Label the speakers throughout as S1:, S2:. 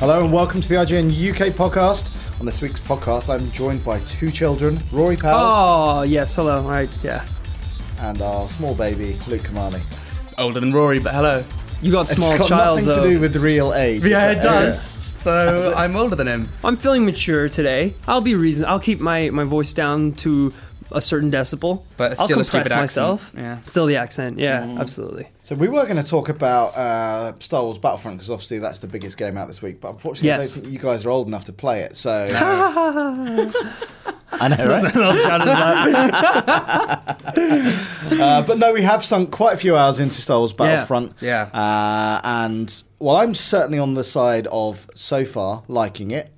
S1: Hello and welcome to the IGN UK podcast. On this week's podcast, I'm joined by two children, Rory Powers
S2: Oh yes, hello. Right, yeah.
S1: and our small baby, Luke Kamani.
S3: older than Rory, but hello.
S2: You got small
S1: it's got
S2: child
S1: nothing
S2: though.
S1: to do with real age.
S3: Yeah,
S1: is
S3: it does. So I'm older than him.
S2: I'm feeling mature today. I'll be reason. I'll keep my my voice down to a certain decibel.
S3: But
S2: I'll
S3: still a
S2: compress
S3: stupid accent,
S2: myself.
S3: yeah. Mm.
S2: Still the accent. Yeah, absolutely.
S1: So we were going to talk about uh, Star Wars Battlefront because obviously that's the biggest game out this week. But unfortunately,
S2: Yes.
S1: I don't think you guys are old enough to play it. So
S4: I know, right?
S1: Uh, but no, we have sunk quite a few hours into Star Wars Battlefront.
S3: Yeah.
S1: Uh, and well, I'm certainly on the side of so far liking it.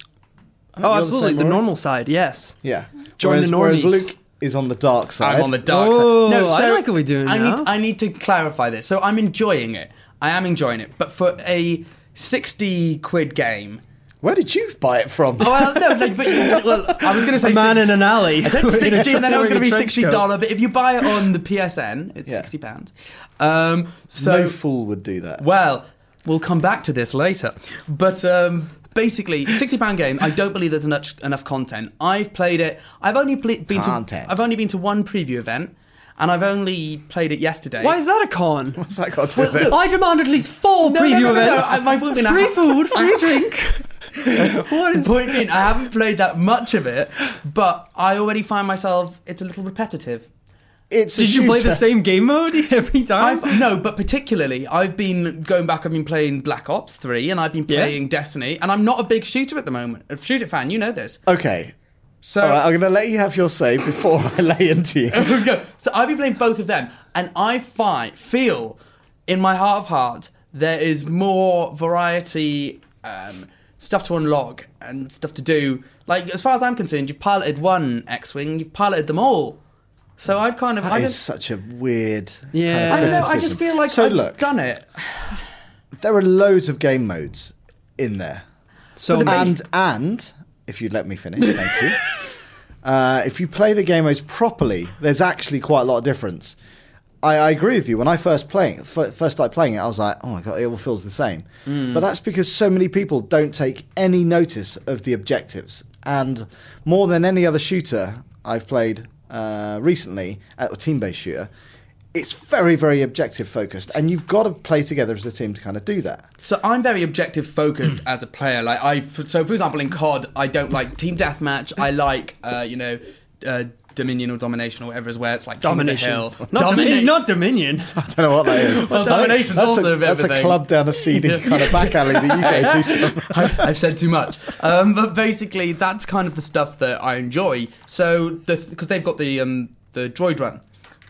S1: I think
S2: Oh,
S1: you're
S2: absolutely.
S1: same,
S2: The
S1: Rory?
S2: normal side. Yes.
S1: Yeah.
S2: Join
S1: whereas,
S2: the
S1: whereas
S2: normies.
S1: Luke is on the dark side.
S3: I'm on the dark
S2: Oh,
S3: side. No,
S2: I
S3: so
S2: like what we're doing
S3: I
S2: now.
S3: need I need to clarify this. So I'm enjoying it. I am enjoying it, but for a sixty quid game.
S1: Where did you buy it from?
S3: Oh, Well, no, like, but well, I was going to say
S2: A man
S3: six-
S2: in an alley.
S3: I said
S2: Wearing a
S3: sixty, and then it was
S2: wearing a
S3: going to be
S2: trench
S3: sixty
S2: coat.
S3: dollar. But if you buy it on the PSN, it's
S1: Yeah.
S3: sixty pounds. Um, so
S1: no fool would do that.
S3: Well, we'll come back to this later. But um, basically, £60 game, I don't believe there's enough, enough content. I've played it. I've only ple- been
S1: Content.
S3: to I've only been to one preview event, and I've only played it yesterday.
S2: Why is that a con?
S1: What's that got to do with it?
S2: I demand at least four
S3: No, no,
S2: preview
S3: no, no, no,
S2: events.
S3: I- my point being I
S2: free
S3: ha-
S2: food, free drink. what
S3: The
S2: is?
S3: point being, I haven't played that much of it, but I already find myself it's a little repetitive.
S1: It's a
S2: Did you play
S1: shooter.
S2: the same game mode every time?
S3: I've, no, but particularly, I've been going back. I've been playing Black Ops Three, and I've been
S2: Yeah.
S3: playing Destiny, and I'm not a big shooter at the moment. A shooter fan, you know this.
S1: Okay.
S3: So
S1: All right, I'm going to let you have your say before I lay into you.
S3: no, so I've been playing both of them, and I find feel in my heart of hearts there is more variety, um, stuff to unlock, and stuff to do. Like as far as I'm concerned, you've piloted one X-wing, you've piloted them all. So I've kind of I
S1: That is
S3: just,
S1: such a weird.
S2: Yeah.
S3: I
S1: Kind
S3: don't
S1: of
S3: know. I
S1: criticism.
S3: just feel like
S1: So
S3: I've
S1: look,
S3: done it.
S1: there are loads of game modes in there.
S2: so many.
S1: and and if you'd let me finish, thank you. Uh, if you play the game modes properly, there's actually quite a lot of difference. I, I agree with you. When I first playing, f- first started playing it, I was like, "Oh my god, it all feels the same."
S2: Mm.
S1: But that's because so many people don't take any notice of the objectives, and more than any other shooter I've played uh, recently, a team-based shooter, it's very, very objective focused, and you've got to play together as a team to kind of do that.
S3: So I'm very objective focused as a player. Like I, so for example, in COD, I don't like team deathmatch. I like, uh, you know, uh, Dominion or domination or whatever is where it's like
S2: Domination.
S3: King of the hill.
S2: Not, Dominion.
S3: Dominate-
S2: not Dominion.
S1: don't know what that is.
S3: Well, domination's
S1: That's
S3: also
S1: a,
S3: a bit
S1: that's
S3: of a
S1: a
S3: thing.
S1: club down a CD kind of back alley that you go to. Sam.
S3: I, I've said too much. Um, but basically, that's kind of the stuff that I enjoy. So, because they've got the um, the droid run,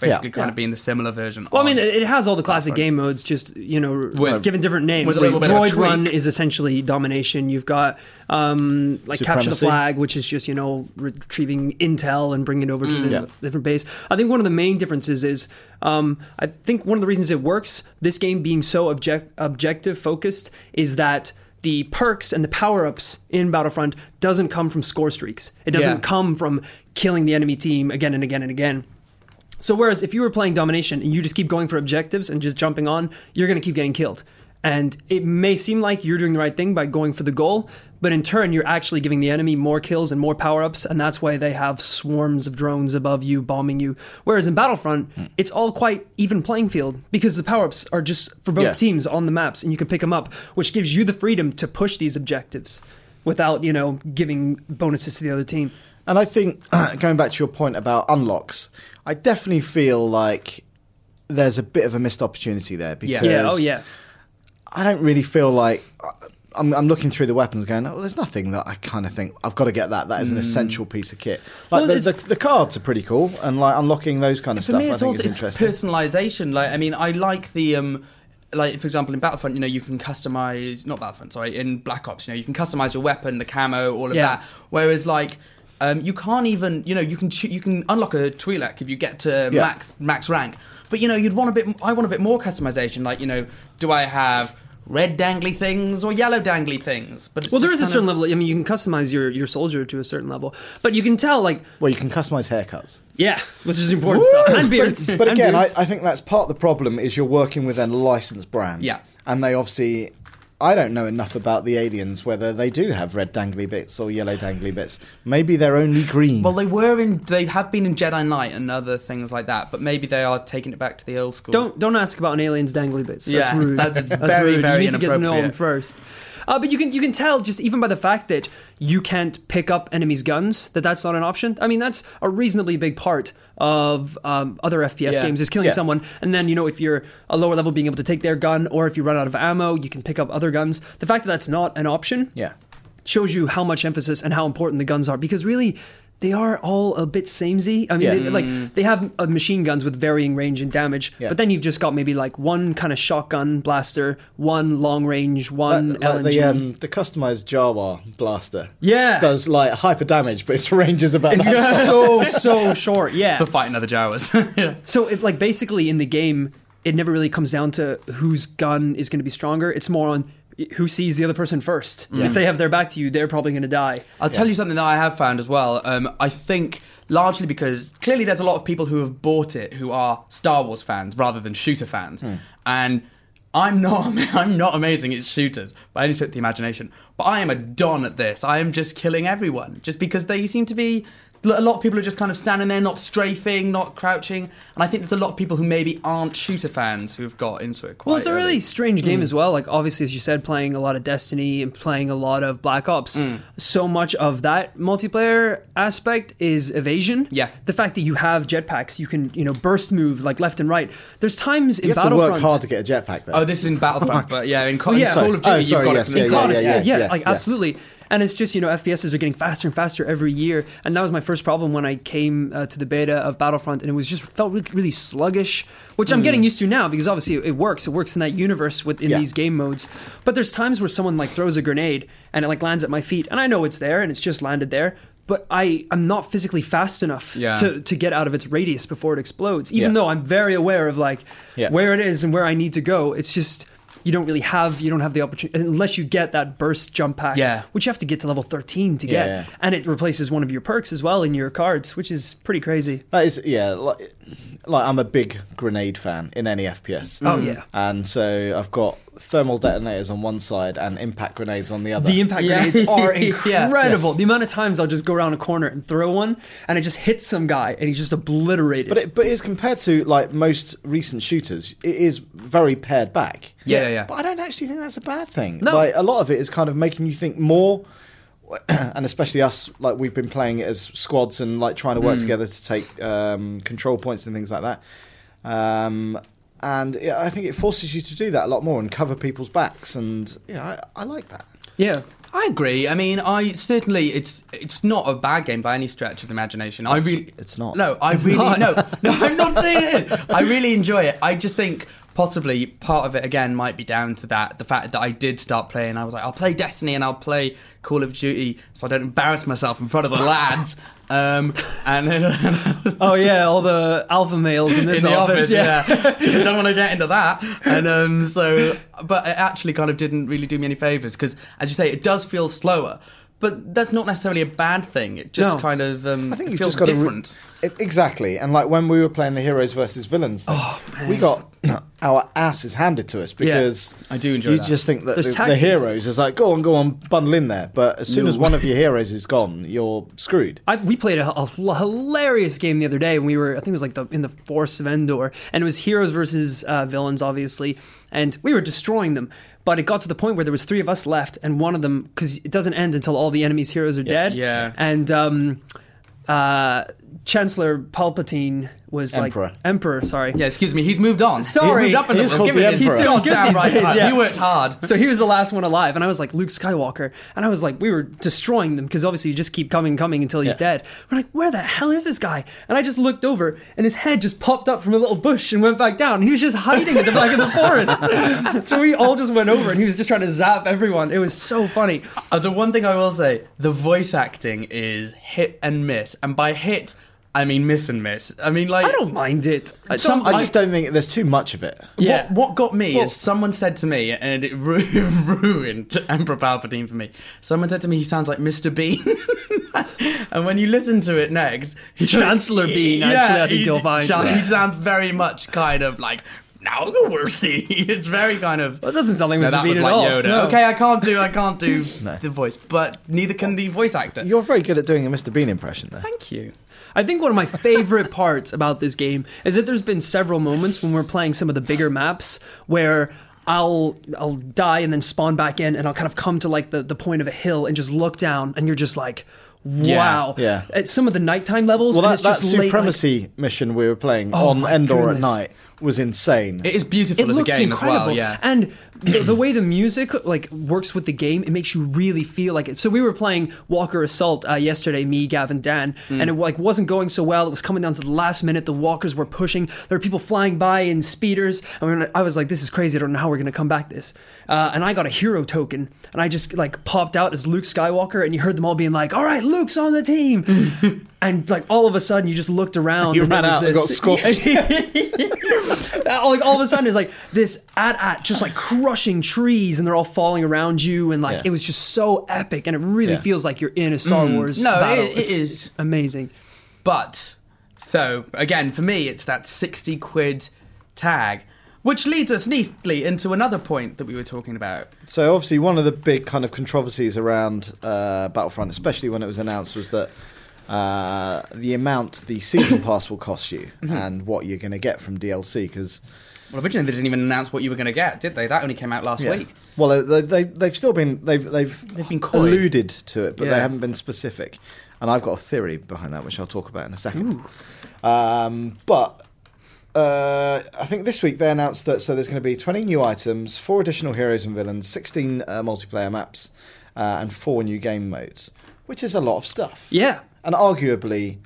S3: basically
S1: Yeah.
S3: kind
S2: Yeah.
S3: of being the similar version.
S2: Well, I
S3: of-
S2: mean, it it has all the classic game modes, just you know,
S3: With-
S2: given different names.
S3: with a
S2: Like
S3: little bit of
S2: Droid
S3: tweak.
S2: Run is essentially domination. You've got um, like capture the
S1: Supremacy.
S2: flag, which is just you know retrieving intel and bringing it over to
S3: Mm.
S2: the
S1: Yeah.
S2: different base. I think one of the main differences is um, I think one of the reasons it works. This game being so object objective focused is that. The perks and the power ups in Battlefront doesn't come from score streaks. It doesn't
S3: Yeah.
S2: come from killing the enemy team again and again and again. So whereas if you were playing domination and you just keep going for objectives and just jumping on, you're going to keep getting killed. And it may seem like you're doing the right thing by going for the goal, but in turn you're actually giving the enemy more kills and more power-ups and that's why they have swarms of drones above you bombing you. Whereas in Battlefront,
S1: Hmm.
S2: it's all quite even playing field because the power-ups are just for both
S1: Yeah.
S2: teams on the maps and you can pick them up, which gives you the freedom to push these objectives without, you know, giving bonuses to the other team.
S1: And I think uh, going back to your point about unlocks, I definitely feel like there's a bit of a missed opportunity there because
S2: Yeah, oh yeah.
S1: I don't really feel like uh, I'm, I'm looking through the weapons going, oh, there's nothing that I kind of think I've got to get that. That
S3: Mm.
S1: is an essential piece of kit. Like
S2: Well,
S1: the, the,
S2: it's-
S1: the cards are pretty cool, and like unlocking those kind of
S3: for
S1: stuff,
S3: me,
S1: I
S3: it's
S1: think
S3: also
S1: is
S3: it's
S1: interesting.
S3: personalization. Like, I mean, I like the um, like for example in Battlefront, you know, you can customize not Battlefront, sorry, in Black Ops, you know, you can customize your weapon, the camo, all of
S2: Yeah.
S3: that. Whereas like um, you can't even, you know, you can choo- you can unlock a Twi'lek if you get to
S1: Yeah.
S3: max max rank, but you know, you'd want a bit. m- I want a bit more customization. Like, you know, do I have red dangly things or yellow dangly things? But it's
S2: Well, there
S3: just
S2: is a
S3: kind
S2: certain
S3: of-
S2: level. I mean, you can customize your, your soldier to a certain level, but you can tell, like,
S1: Well, you can customize haircuts.
S2: yeah, which is important stuff. And beards.
S1: But
S2: And
S1: again, I,
S2: beards.
S1: I think that's part of the problem is you're working with a licensed brand.
S3: Yeah.
S1: And they obviously I don't know enough about the aliens whether they do have red dangly bits or yellow dangly bits. Maybe they're only green.
S3: Well, they were in. They have been in Jedi Knight and other things like that, but maybe they are taking it back to the old school.
S2: Don't don't ask about an alien's dangly bits. That's
S3: Yeah,
S2: rude.
S3: that's very,
S2: rude.
S3: very
S2: You need to get to know him
S3: inappropriate.
S2: first. Uh, but you can you can tell just even by the fact that you can't pick up enemies' guns that that's not an option. I mean that's a reasonably big part of um, other FPS
S3: Yeah.
S2: games is killing
S1: Yeah.
S2: someone and then you know if you're a lower level being able to take their gun or if you run out of ammo you can pick up other guns. The fact that that's not an option
S1: yeah.
S2: shows you how much emphasis and how important the guns are because really they are all a bit samey. I mean,
S1: Yeah. Mm.
S2: they, like they have uh, machine guns with varying range and damage,
S1: Yeah.
S2: but then you've just got maybe like one kind of shotgun blaster, one long range, one
S1: Like- like
S2: LMG.
S1: the um, the customized Jawa blaster.
S2: Yeah.
S1: Does like hyper damage, but its range is about that.
S2: it's so so short. Yeah.
S3: for fighting other Jawas. yeah.
S2: So it like basically in the game, it never really comes down to whose gun is going to be stronger. It's more on who sees the other person first. If they have their back to you, they're probably going to die.
S3: I'll tell you something that I have found as well. Um, I think largely because clearly there's a lot of people who have bought it who are Star Wars fans rather than shooter fans,
S1: Hmm.
S3: and I'm not. I'm not amazing at shooters by any stretch of the imagination, but I am a don at this. I am just killing everyone just because they seem to be. A lot of people are just kind of standing there, not strafing, not crouching, and I think there's a lot of people who maybe aren't shooter fans who've got into it. Quite
S2: Well, it's a
S3: early.
S2: really strange
S1: Hmm.
S2: game as well. Like, obviously, as you said, playing a lot of Destiny and playing a lot of Black Ops,
S1: Hmm.
S2: so much of that multiplayer aspect is evasion.
S3: Yeah.
S2: The fact that you have jetpacks, you can, you know, burst move like left and right. There's times in
S1: You have to
S2: Battlefront.
S1: work hard to get a jetpack though.
S3: Oh, this is in Battlefront, but yeah, in, Co- in
S2: yeah.
S3: Call of Duty,
S1: Oh,
S3: you've
S1: sorry,
S3: got
S1: yes,
S3: it from the
S1: yeah,
S3: start.
S1: yeah, yeah.
S2: yeah, like
S1: yeah.
S2: absolutely. And it's just you know FPSs are getting faster and faster every year, and that was my first problem when I came uh, to the beta of Battlefront, and it was just felt really, really sluggish, which I'm getting used to now because obviously it works. It works in that universe within
S1: Mm. Yeah.
S2: these game modes. But there's times where someone like throws a grenade and it like lands at my feet, and I know it's there and it's just landed there. But I, I'm not physically fast enough
S3: Yeah.
S2: to, to get out of its radius before it explodes. Even
S1: Yeah.
S2: though I'm very aware of like
S1: Yeah.
S2: where it is and where I need to go. It's just you don't really have you don't have the opportunity unless you get that burst jump pack,
S3: Yeah.
S2: which you have to get to level 13 to get,
S1: Yeah.
S2: and it replaces one of your perks as well in your cards, which is pretty crazy.
S1: That is, yeah. Like, like I'm a big grenade fan in any FPS.
S2: Oh, yeah.
S1: And so I've got thermal detonators on one side and impact grenades on the other.
S2: The impact
S3: Yeah.
S2: grenades are
S3: Yeah.
S2: incredible. The amount of times I'll just go around a corner and throw one, and it just hits some guy, and he's just obliterated.
S1: but it, but it's compared to like most recent shooters, it is very pared back.
S3: Yeah, yeah, yeah.
S1: But I don't actually think that's a bad thing.
S2: No.
S1: Like a lot of it is kind of making you think more. And especially us, like we've been playing it as squads and like trying to
S3: Mm.
S1: work together to take um, control points and things like that. Um, and yeah, I think it forces you to do that a lot more and cover people's backs. And yeah, I, I like that.
S2: yeah,
S3: I agree. I mean, I certainly it's it's not a bad game by any stretch of the imagination. I really
S1: it's not.
S3: No, I really
S2: not.
S3: no no. I'm not saying it. is. I really enjoy it. I just think possibly part of it again might be down to that the fact that I did start playing. I was like, I'll play Destiny and I'll play Call of Duty, so I don't embarrass myself in front of the lads. Um, and then
S2: oh yeah, all the alpha males in this
S3: in the
S2: office, yeah.
S3: Don't want to get into that. And um, so, but it actually kind of didn't really do me any favors because, as you say, it does feel slower. But that's not necessarily a bad thing. It just
S2: No.
S3: kind of um,
S1: I think
S3: it
S1: you've
S3: feels
S1: just got
S3: different.
S1: To re- E- exactly, and like when we were playing the heroes versus villains, thing, we got our asses handed to us because
S3: I do enjoy
S1: You
S3: that.
S1: just think that the, the
S2: There's tactics.
S1: heroes is like, go on, go on, bundle in there, but as soon as one of your heroes is gone, you're screwed.
S2: I, we played a, a l- hilarious game the other day when we were, I think it was like the in the Force of Endor, and it was heroes versus uh, villains, obviously, and we were destroying them. But it got to the point where there was three of us left, and one of them, because it doesn't end until all the enemies' heroes are dead.
S3: Yeah.
S2: And um, uh, Chancellor Palpatine was
S1: Emperor.
S2: like emperor. Sorry.
S3: Yeah, excuse me. He's moved on.
S2: Sorry.
S3: he's moved up a
S1: He is
S3: level.
S1: called
S3: Give
S1: the
S3: it his
S1: Emperor.
S3: goddamn
S2: He's doing
S3: right
S2: good these
S3: time.
S2: days, yeah.
S3: You worked hard.
S2: So he was the last one alive, and I was like Luke Skywalker, and I was like, we were destroying them because obviously you just keep coming, coming until he's
S1: Yeah.
S2: dead. We're like, where the hell is this guy? And I just looked over, and his head just popped up from a little bush and went back down. He was just hiding at the back of the forest. so we all just went over, and he was just trying to zap everyone. It was so funny.
S3: Uh, the one thing I will say, the voice acting is hit and miss, and by hit, I mean miss and miss. I mean like
S2: I don't mind it. I don't
S3: Some-
S1: I
S2: mind-
S1: just don't think there's too much of it.
S2: yeah.
S3: What, what got me is someone said to me, and it ru- ruined Emperor Palpatine for me. Someone said to me, he sounds like Mr. Bean. and when you listen to it next, he-
S2: Chancellor Bean, actually, I think
S3: he's-
S2: you'll find.
S3: Chan- He sounds very much kind of like, now you will see. It's very kind of.
S2: that doesn't sound like Mr.
S3: that
S2: Bean
S3: was
S2: at
S3: like
S2: all.
S3: Yoda.
S2: No.
S3: Okay, I can't do, I can't do
S1: No.
S3: the voice, but neither can the voice actor.
S1: You're very good at doing a Mr. Bean impression, though.
S3: Thank you.
S2: I think one of my favorite parts about this game is that there's been several moments when we're playing some of the bigger maps where I'll I'll die and then spawn back in and I'll kind of come to like the, the point of a hill and just look down and you're just like wow.
S1: Yeah.
S2: At some of the nighttime levels
S1: Well,
S2: and
S1: that,
S2: it's
S1: that
S2: just late, like-
S1: supremacy mission we were playing on
S2: my
S1: Endor at
S2: goodness.
S1: night was insane.
S3: It is beautiful
S2: it
S3: as
S2: looks
S3: a game
S2: incredible.
S3: as well. Yeah.
S2: And the, the way the music like works with the game, it makes you really feel like it. So we were playing Walker Assault uh, yesterday, me, Gavin, Dan,
S3: Hmm.
S2: and it like wasn't going so well. It was coming down to the last minute. The walkers were pushing. There were people flying by in speeders. And we were- I was like, "This is crazy. I don't know how we're gonna come back this." Uh, and I got a hero token, and I just like popped out as Luke Skywalker, and you heard them all being like, "All right, Luke's on the team," and like all of a sudden you just looked around.
S1: you
S2: and there
S1: ran
S2: was
S1: out and
S2: this-
S1: got squashed.
S2: uh, like all of a sudden it's like this at at just like crushing trees and they're all falling around you and like
S1: Yeah.
S2: it was just so epic and it really
S1: Yeah.
S2: feels like you're in a Star Wars
S3: Mm. No, it-
S2: battle.
S3: it
S2: It's-
S3: is.
S2: it's amazing.
S3: But so again, for me, it's that sixty quid tag, which leads us neatly into another point that we were talking about.
S1: So obviously, one of the big kind of controversies around uh, Battlefront, especially when it was announced, was that uh, the amount the season pass will cost you and what you're going to get from DLC. Because
S3: Well, originally they didn't even announce what you were going to get, did they? That only came out last week.
S1: well, they, they, they've still been they've they've,
S3: They've been coy.
S1: alluded to it, but
S3: Yeah.
S1: they haven't been specific. And I've got a theory behind that, which I'll talk about in a second. Um, but uh, I think this week they announced that so there's going to be 20 new items, four additional heroes and villains, 16 uh, multiplayer maps, uh, and four new game modes, which is a lot of stuff.
S2: Yeah.
S1: And arguably,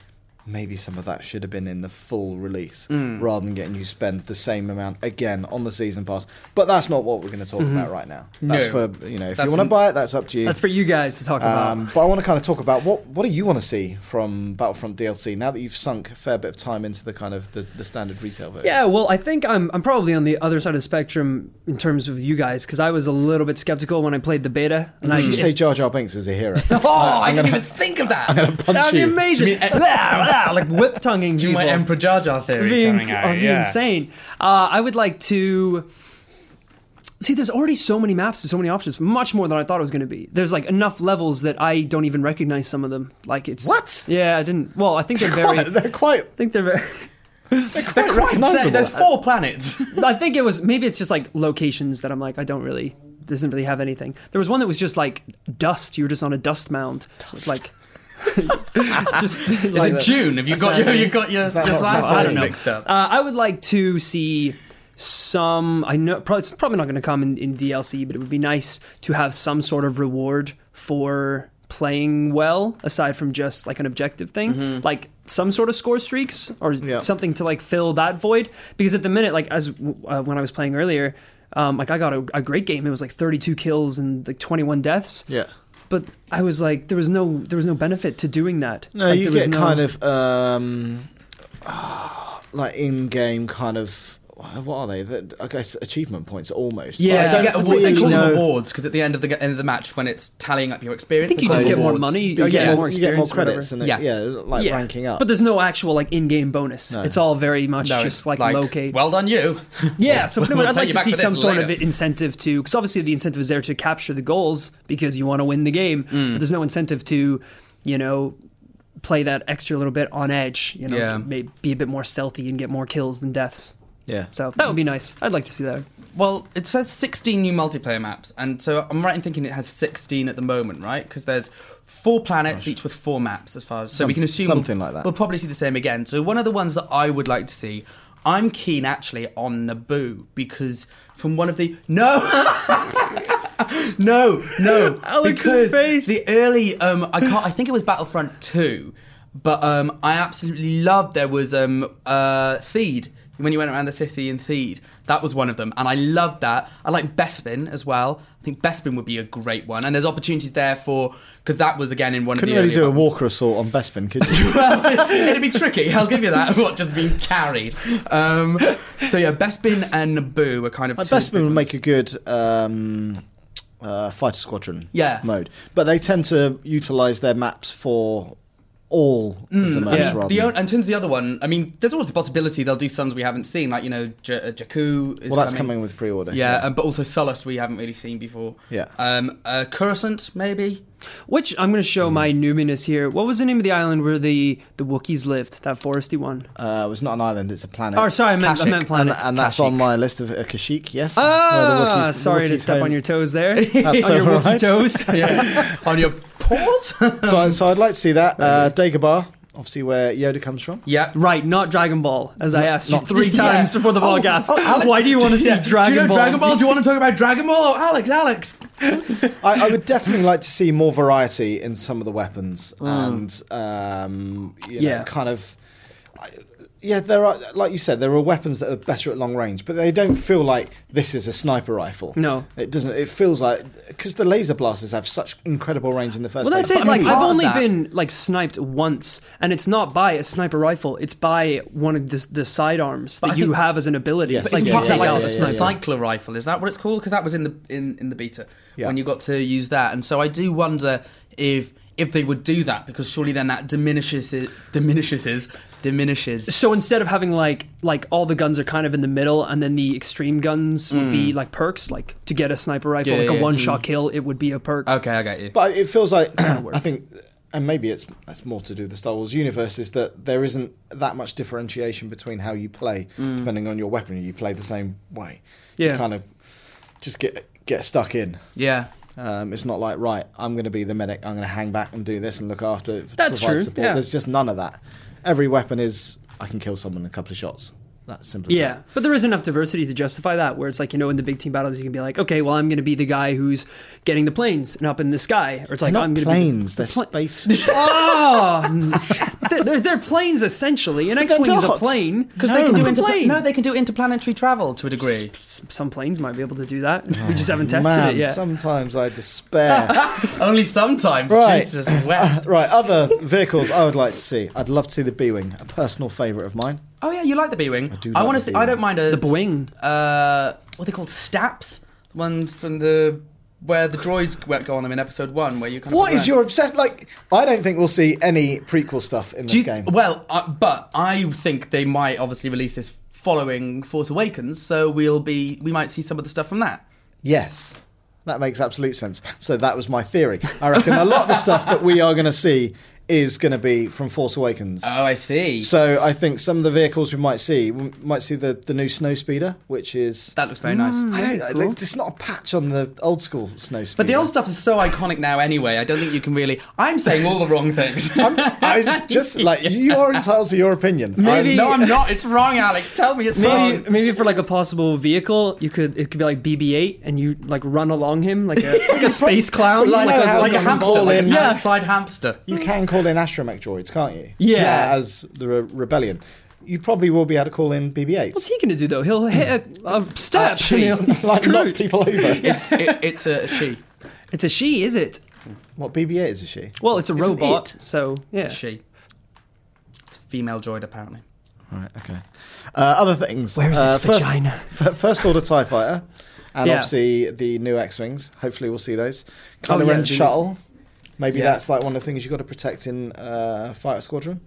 S1: maybe some of that should have been in the full release rather than getting you spend the same amount again on the season pass. But that's not what we're going to talk about right now. That's
S3: No.
S1: for you know if
S3: That's
S1: you want to
S3: an-
S1: buy it, that's up to you.
S2: That's for you guys to talk about.
S1: um, but I want to kind of talk about what what do you want to see from Battlefront DLC now that you've sunk a fair bit of time into the kind of the, the standard retail version.
S2: Yeah, well, I think I'm I'm probably on the other side of the spectrum in terms of you guys because I was a little bit skeptical when I played the beta, and I
S1: Mm. You say Jar Jar Binks is a hero.
S3: Oh, I didn't even think of that.
S1: Punch
S2: that'd be
S1: you.
S2: amazing.
S3: Do you mean-
S2: Blah, blah, like whip tonguing people.
S3: My Emperor Jar Jar theory
S2: being,
S3: coming out.
S2: are being
S3: yeah.
S2: insane. Uh, I would like to see. There's already so many maps and so many options, much more than I thought it was going to be. There's like enough levels that I don't even recognize some of them. Like it's
S1: What?
S2: Yeah, I didn't. Well, I think they're very.
S1: Quite,
S2: I
S1: they're quite
S2: think they're very.
S1: quite
S3: So
S1: recognisable.
S3: there's four planets.
S2: I think it was maybe it's just like locations that I'm like I don't really doesn't really have anything. There was one that was just like dust. You were just on a dust mound. It's Like. just
S3: Is
S2: like
S3: it June? Have you got your you got your, your
S1: that not
S3: science
S1: Tatooine?
S3: I
S1: I don't know.
S3: mixed up?
S2: Uh, I would like to see some. I know probably, it's probably not going to come in, in DLC, but it would be nice to have some sort of reward for playing well, aside from just like an objective thing,
S3: Mm-hmm.
S2: like some sort of score streaks or
S1: Yeah.
S2: something to like fill that void. Because at the minute, like as uh, when I was playing earlier. Um, like I got a, a great game. It was like 32 kills and like 21 deaths.
S1: Yeah.
S2: But I was like, there was no, there was no benefit to doing that.
S1: No,
S2: Like,
S1: you
S2: there was
S1: get kind of um, ah, like in-game kind of what are they? That I guess achievement points almost. but
S2: Yeah.
S1: I don't
S3: You get awards, they
S1: particularly
S3: call them
S1: know-
S3: awards because at the end of the end of the match, when it's tallying up your experience,
S2: I think
S3: they
S2: you
S3: call
S2: just
S3: them
S2: get more
S3: awards.
S2: money.
S1: You
S2: or
S1: get,
S2: yeah,
S1: more,
S2: more
S1: you get more
S2: experience. or whatever.
S1: credits and
S3: Yeah.
S1: yeah, yeah like ranking up.
S2: But there's no actual like in-game bonus. It's all very much
S3: No,
S2: just
S3: it's
S2: like, locate.
S3: Well done, you.
S2: yeah, so pretty much
S3: we'll
S2: I'd
S3: pay
S2: like
S3: you
S2: to
S3: back
S2: see
S3: for this
S2: some sort
S3: later.
S2: of incentive to because obviously the incentive is there to capture the goals because you want to win the game.
S3: Mm.
S2: But there's no incentive to, you know, play that extra little bit on edge. You know,
S3: Yeah.
S2: may be a bit more stealthy and get more kills than deaths.
S1: Yeah.
S2: So that would be nice. I'd like to see that.
S3: Well, it says 16 new multiplayer maps, and so I'm right in thinking it has 16 at the moment, right? Because there's four planets, each with four maps, as far as. So we
S1: Some-
S3: can assume.
S1: something
S3: we'll-
S1: like that.
S3: We'll probably see the same again. So one of the ones that I would like to see, I'm keen actually on Naboo, because from one of the. No! no, no.
S2: Alex's
S3: because
S2: face.
S3: The early. um, I can't. I think it was Battlefront 2, but um, I absolutely loved there was um, uh, Theed. When you went around the city in Theed, that was one of them, and I loved that. I like Bespin as well. I think Bespin would be a great one, and there's opportunities there for because that was again in one
S1: Couldn't
S3: of the
S1: really do a
S3: earlier
S1: walker assault on Bespin, could you?
S3: It'd be tricky. I'll give you that. What just being carried? Um, so yeah, Bespin and Naboo are kind of
S1: Uh,
S3: two big
S1: Bespin would
S3: ones.
S1: make a good um, uh, fighter squadron
S3: Yeah.
S1: mode, but they tend to utilize their maps for all of the modes
S2: yeah.
S1: rather.
S3: The
S1: than-
S3: own, and turns the other one. I mean, there's always a possibility they'll do sons we haven't seen, like you know, J- uh, Jakku. Is
S1: well, that's coming with pre-order.
S3: Yeah, Um, but also Sullust we haven't really seen before.
S1: Yeah.
S3: Um, uh, Coruscant maybe.
S2: Which I'm going to show my
S1: Mm-hmm.
S2: newbiness here. What was the name of the island where the the Wookiees lived? That foresty one.
S1: uh, it's not an island; it's a planet.
S2: Oh, sorry, I meant, I
S3: Kashyyyk.
S2: meant
S1: and,
S2: planet.
S1: and that's on my list of uh, Kashyyyk. Yes.
S2: Ah,
S1: Where the Wookiees- the
S2: sorry to
S1: Wookiees
S2: step
S1: home-
S2: on your toes there.
S1: That's
S2: on your
S1: all
S2: Wookiee
S1: right.
S2: toes.
S3: Yeah. On your paws.
S1: So, I- so I'd like to see that uh, Dagobah, obviously where Yoda comes from.
S3: yeah.
S2: Right, not Dragon Ball, as I asked you three
S3: Yeah.
S2: times before the
S3: Oh,
S2: podcast.
S3: oh, Alex,
S2: Why do you want to see
S3: yeah.
S2: Dragon
S3: do you know
S2: Ball?
S3: Dragon Ball? Do you want to talk about Dragon Ball? Oh, Alex, Alex.
S1: I, I would definitely like to see more variety in some of the weapons and um, you know,
S2: Mm. Yeah.
S1: kind of. I- Yeah, there are, like you said, there are weapons that are better at long range, but they don't feel like this is a sniper rifle.
S2: No.
S1: it doesn't. It feels like because the laser blasters have such incredible range in the first.
S2: Well,
S1: place.
S2: that's it.
S3: But I
S2: Like
S3: mean,
S2: I've
S3: part of
S2: only
S3: that-
S2: been like sniped once, and it's not by a sniper rifle. It's by one of the, the sidearms that
S3: I
S2: you
S3: think-
S2: have as an ability.
S1: Yes.
S2: It's
S3: But
S2: like
S3: isn't
S2: you
S3: part of
S2: take
S3: that
S2: out
S3: like
S1: yeah,
S2: the
S3: the
S1: yeah, yeah.
S2: sniper.
S3: cycler rifle? Is that what it's called? Because that was in the in, in the beta
S1: Yeah.
S3: when you got to use that. And so I do wonder if if they would do that because surely then that diminishes it diminishes his- diminishes.
S2: So instead of having like like all the guns are kind of in the middle, and then the extreme guns would be like perks, like to get a sniper rifle,
S3: Mm. Yeah,
S2: like
S3: yeah,
S2: a
S3: yeah.
S2: one shot kill, it would be a perk.
S3: Okay, I get you.
S1: But it feels like
S2: work.
S1: I think, and maybe it's that's more to do with the Star Wars universe, is that there isn't that much differentiation between how you play depending on your weaponry. You play the same way.
S2: Mm. Yeah.
S1: You kind of just get get stuck in.
S3: yeah.
S1: Um, it's not like right, I'm going to be the medic. I'm going to hang back and do this and look after.
S2: That's
S1: provide
S2: true,
S1: Support.
S2: yeah.
S1: There's just none of that. Every weapon is I can kill someone in a couple of shots. That's simple. as that.
S2: Yeah, but there is enough diversity to justify that. Where it's like you know, in the big team battles, you can be like, okay, well, I'm going to be the guy who's getting the planes and up in the sky, or it's like
S1: Not
S2: I'm going to be the-
S1: planes. They're
S2: pla-
S1: space.
S2: Oh, they're, they're- they're planes essentially. An X-wing is a
S1: not.
S2: plane
S3: Because they can do
S2: It's a
S3: interpla-
S2: plane.
S3: no, they can do interplanetary travel to a degree.
S2: S- some planes might be able to do that. We just haven't tested
S1: Man,
S2: it yet.
S1: sometimes I despair.
S3: Only sometimes.
S1: Right.
S3: Jesus, well.
S1: Right, other vehicles I would like to see. I'd love to see the B-wing, a personal favourite of mine.
S3: Oh yeah, you like the B-wing. I
S1: do
S3: I
S1: like
S3: want
S1: the
S3: to see.
S1: B-wing.
S3: I don't mind a
S2: The B-wing.
S3: Uh, what are they called? Staps. The One from the where the droids went- go on them in episode one, where you kind of.
S1: What
S3: went
S1: is
S3: around.
S1: your obsession? Like, I don't think we'll see any prequel stuff in this
S3: Do you-
S1: game.
S3: Well, uh, but I think they might obviously release this following Force Awakens, so we'll be we might see some of the stuff from that.
S1: yes, that makes absolute sense. So that was my theory. I reckon a lot of the stuff that we are going to see is going to be from Force Awakens.
S3: Oh, I see.
S1: so I think some of the vehicles we might see, we might see the, the new Snowspeeder, which is...
S3: that looks very nice.
S1: I don't, like, It's not a patch on the old school Snowspeeder.
S3: But the old stuff is so iconic now anyway. I don't think you can really. I'm saying all the wrong things.
S1: I'm, I was just, just like you are entitled to your opinion.
S2: Maybe-
S3: no, I'm not. It's wrong, Alex. Tell me it's
S2: Maybe,
S3: wrong.
S2: maybe for like a possible vehicle, you could it could be like BB-8, and you like run along him like a like a space clown,
S1: Like
S2: like,
S1: know how
S2: a, like
S3: Like a
S1: you
S2: a
S1: can
S3: hamster,
S1: ball
S3: like
S1: in.
S3: an
S2: Yeah.
S3: outside hamster.
S1: You can call in astromech droids, can't you?
S2: Yeah.
S1: As the re- rebellion. You probably will be able to call in BB-8.
S2: What's he gonna do though? He'll hit a, a step.
S3: she.
S2: and he'll- he's
S1: like knock
S2: screwed.
S1: people over.
S3: It's it, it's a she.
S2: It's a she, is it?
S1: What BB-8 is, is she?
S2: Well, it's a
S1: Isn't
S2: robot,
S1: it?
S2: so yeah.
S3: It's a she. It's a female droid apparently.
S1: Right. Okay. Uh, other things.
S2: Where is
S1: uh,
S2: its vagina?
S1: f- first order Tie Fighter, and
S2: Yeah.
S1: obviously the new X-wings. Hopefully, we'll see those.
S2: Oh,
S1: Kylo
S2: yeah,
S1: Ren
S2: it'd be
S1: shuttle. Maybe
S3: Yeah.
S1: that's like one of the things you've got to protect in uh, Fighter Squadron.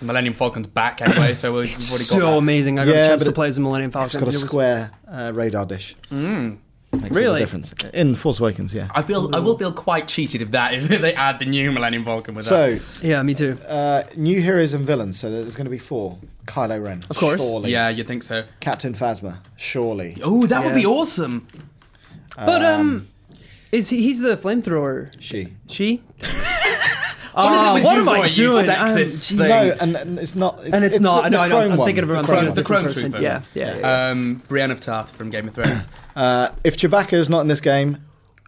S3: The Millennium Falcon's back anyway, so we've already got
S2: So
S3: that.
S2: amazing! I got
S1: Yeah,
S2: a chance
S1: but
S2: to
S1: it-
S2: play as the Millennium Falcon.
S1: It's got a
S2: It was-
S1: square uh, radar dish. Makes all the
S2: Really?
S1: difference. In Force Awakens, yeah.
S3: I feel I will feel quite cheated if that is if they add the new Millennium Falcon with
S1: So,
S3: that.
S2: Yeah, me too.
S1: uh, new heroes and villains. So there's going to be four. Kylo Ren. Of
S2: course.
S1: Surely.
S3: yeah, you'd think so.
S1: Captain Phasma. Surely.
S3: Oh, that would be
S2: Yeah.
S3: awesome.
S2: But um, is he? He's the flamethrower.
S1: She.
S2: She.
S3: is it
S2: Ah,
S3: with
S2: what
S3: you
S2: am I
S3: boy, you
S2: doing?
S3: sexist
S2: I'm-
S3: thing.
S2: jeez.
S1: No, and, and it's not. It's,
S2: and it's,
S1: the-
S2: not.
S1: the
S2: no, I know,
S1: chrome
S2: I'm
S1: one.
S2: thinking of
S1: The
S2: a
S1: chrome
S3: the
S1: one.
S3: Chrome
S2: person.
S3: Trooper.
S2: Yeah, yeah. yeah.
S3: Um, Brienne of Tarth from Game of Thrones.
S1: Uh, if Chewbacca is not in this game,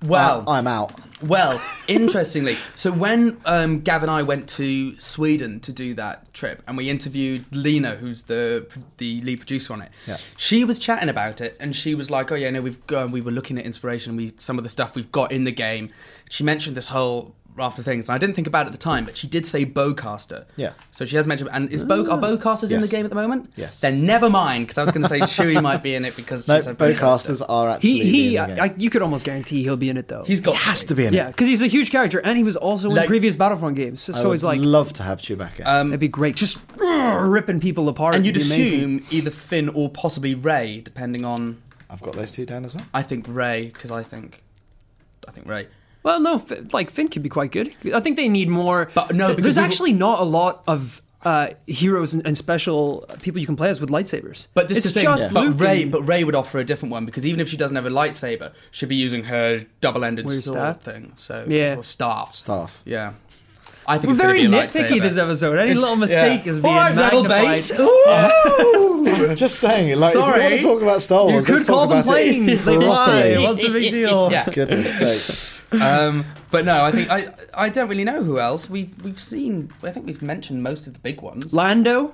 S3: Well,
S1: I- I'm out.
S3: well, interestingly, so when um, Gav and I went to Sweden to do that trip, and we interviewed Lena, who's the the lead producer on it,
S1: Yeah.
S3: she was chatting about it, and she was like, "Oh yeah, no, we've gone, we were looking at inspiration, we some of the stuff we've got in the game." She mentioned this whole raft of things, and I didn't think about it at the time, but she did say bowcaster.
S1: Yeah. Ah,
S3: So she has mentioned, and is bow, are bowcasters in the
S1: Yes.
S3: game at the moment?
S1: Yes.
S3: Then never mind, because I was going to say Chewie might be in it because
S1: No,
S3: she said bowcaster.
S1: bowcasters are absolutely.
S2: he he.
S1: in the game.
S2: I, I, you could almost guarantee he'll be in it though.
S3: He's got
S1: He has to be in
S2: yeah,
S1: it.
S2: because he's a huge character, and he was also
S3: Like-
S2: in previous Battlefront games. So,
S1: I
S2: so
S1: would
S2: he's like, Um,
S1: love to have Chewbacca.
S2: that'd be great. Just uh, ripping people apart.
S3: And you'd
S2: would be amazing.
S3: assume either Finn or possibly Ray, depending on.
S1: I've got those two down as well.
S3: I think Ray, because I think, I think Ray.
S2: Well, no, F- like Finn could be quite good. I think they need more.
S3: But Uh, no,
S2: th-
S3: because
S2: there's
S3: we've-
S2: actually not a lot of uh, heroes and, and special people you can play as with lightsabers.
S3: But this
S2: it's
S3: is the thing.
S2: just
S3: But
S2: Luke
S3: Ray,
S2: and-
S3: but Ray would offer a different one because even if she doesn't have a lightsaber, she'd be using her double-ended
S2: Where's
S3: sword
S2: that?
S3: thing. So
S2: Yeah.
S3: or staff.
S1: Staff.
S3: Yeah. I think
S2: we're
S3: it's gonna
S2: very
S3: be a
S2: nitpicky
S3: lightsaber.
S2: this episode. Any
S3: It's-
S2: little mistake
S3: yeah.
S2: is being
S3: All right, rebel
S2: magnified.
S3: base. Ooh!
S1: Just saying, like, if
S3: Sorry.
S1: you want to talk about Star Wars,
S2: You could
S1: let's
S2: call
S1: talk
S2: them
S1: about
S2: planes.
S1: it
S2: They fly.
S1: properly.
S2: What's the big deal?
S3: Yeah.
S1: Goodness sake.
S3: um, but no, I think I I don't really know who else we've we've seen. I think we've mentioned most of the big ones.
S2: Lando.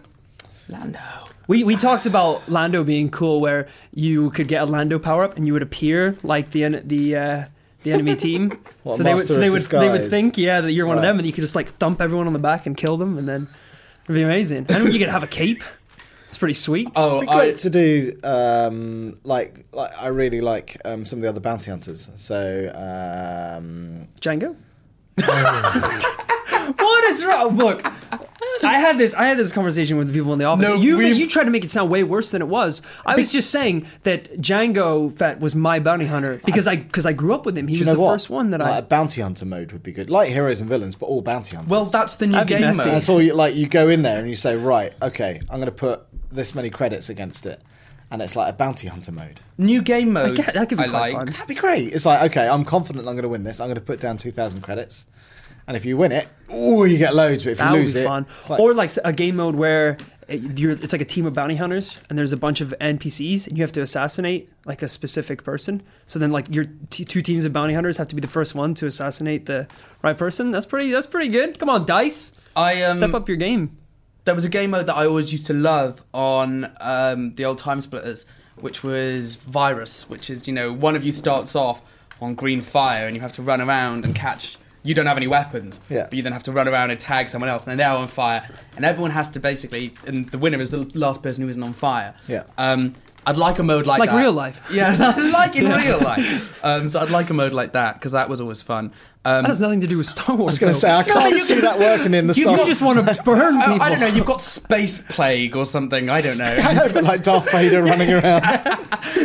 S3: Lando.
S2: We, we talked about Lando being cool, where you could get a Lando power up and you would appear like the en- the uh, the enemy team.
S1: What,
S2: so they would
S1: master
S2: so
S1: of
S2: they would they would
S1: disguise.
S2: think yeah that you're one
S1: Right.
S2: of them, and you could just like thump everyone on the back and kill them, and then it'd be amazing. And you could have a cape. It's pretty sweet.
S3: Oh,
S1: It'd be
S3: I,
S1: great to do um, like like I really like um, some of the other bounty hunters. So um,
S2: Django.
S3: Oh.
S2: what is wrong? Look, I had this. I had this conversation with people in the office.
S3: No,
S2: you
S3: we've-
S2: you tried to make it sound way worse than it was. I was just saying that Django Fett was my bounty hunter because I because I grew up with him. He
S1: do you
S2: was
S1: know
S2: the
S1: what?
S2: first one that
S1: like
S2: I
S1: a bounty hunter mode would be good, like heroes and villains, but all bounty hunters.
S3: well, that's the new
S2: That'd be
S3: game
S2: messy.
S3: mode.
S1: that's all. You, like you go in there and you say, right, okay, I'm going to put this many credits against it, and it's like a bounty hunter mode.
S3: New game mode.
S2: get- that could be
S3: I
S2: quite
S3: like.
S2: fun.
S1: That'd be great. It's like okay, I'm confident I'm going to win this. I'm going to put down two thousand credits, and if you win it, oh, you get loads. But if
S2: That
S1: you
S2: would
S1: lose
S2: be
S1: it,
S2: fun.
S1: it's like-
S2: or like s- a game mode where it- you're, it's like a team of bounty hunters, and there's a bunch of NPCs, and you have to assassinate like a specific person. So then, like your t- two teams of bounty hunters have to be the first one to assassinate the right person. That's pretty. That's pretty good. Come on, dice,
S3: I um,
S2: step up your game.
S3: There was a game mode that I always used to love on um, the old Time Splitters, which was Virus, which is you know one of you starts off on green fire and you have to run around and catch. You don't have any weapons,
S1: Yeah.
S3: but you then have to run around and tag someone else, and they're on fire, and everyone has to basically, and the winner is the last person who isn't on fire.
S1: Yeah.
S3: Um, I'd like a mode like
S2: Like
S3: that.
S2: real life.
S3: Yeah, like in real life. Um, so I'd like a mode like that because that was always fun. Um,
S2: That has nothing to do with Star Wars.
S1: I was going to say I can't
S3: you
S1: see
S3: can-
S1: that working in the
S3: you
S1: Star.
S2: you just want to burn
S3: Oh,
S2: people.
S3: I don't know. You've got space plague or something. I don't know.
S1: I know, but like Darth Vader running around.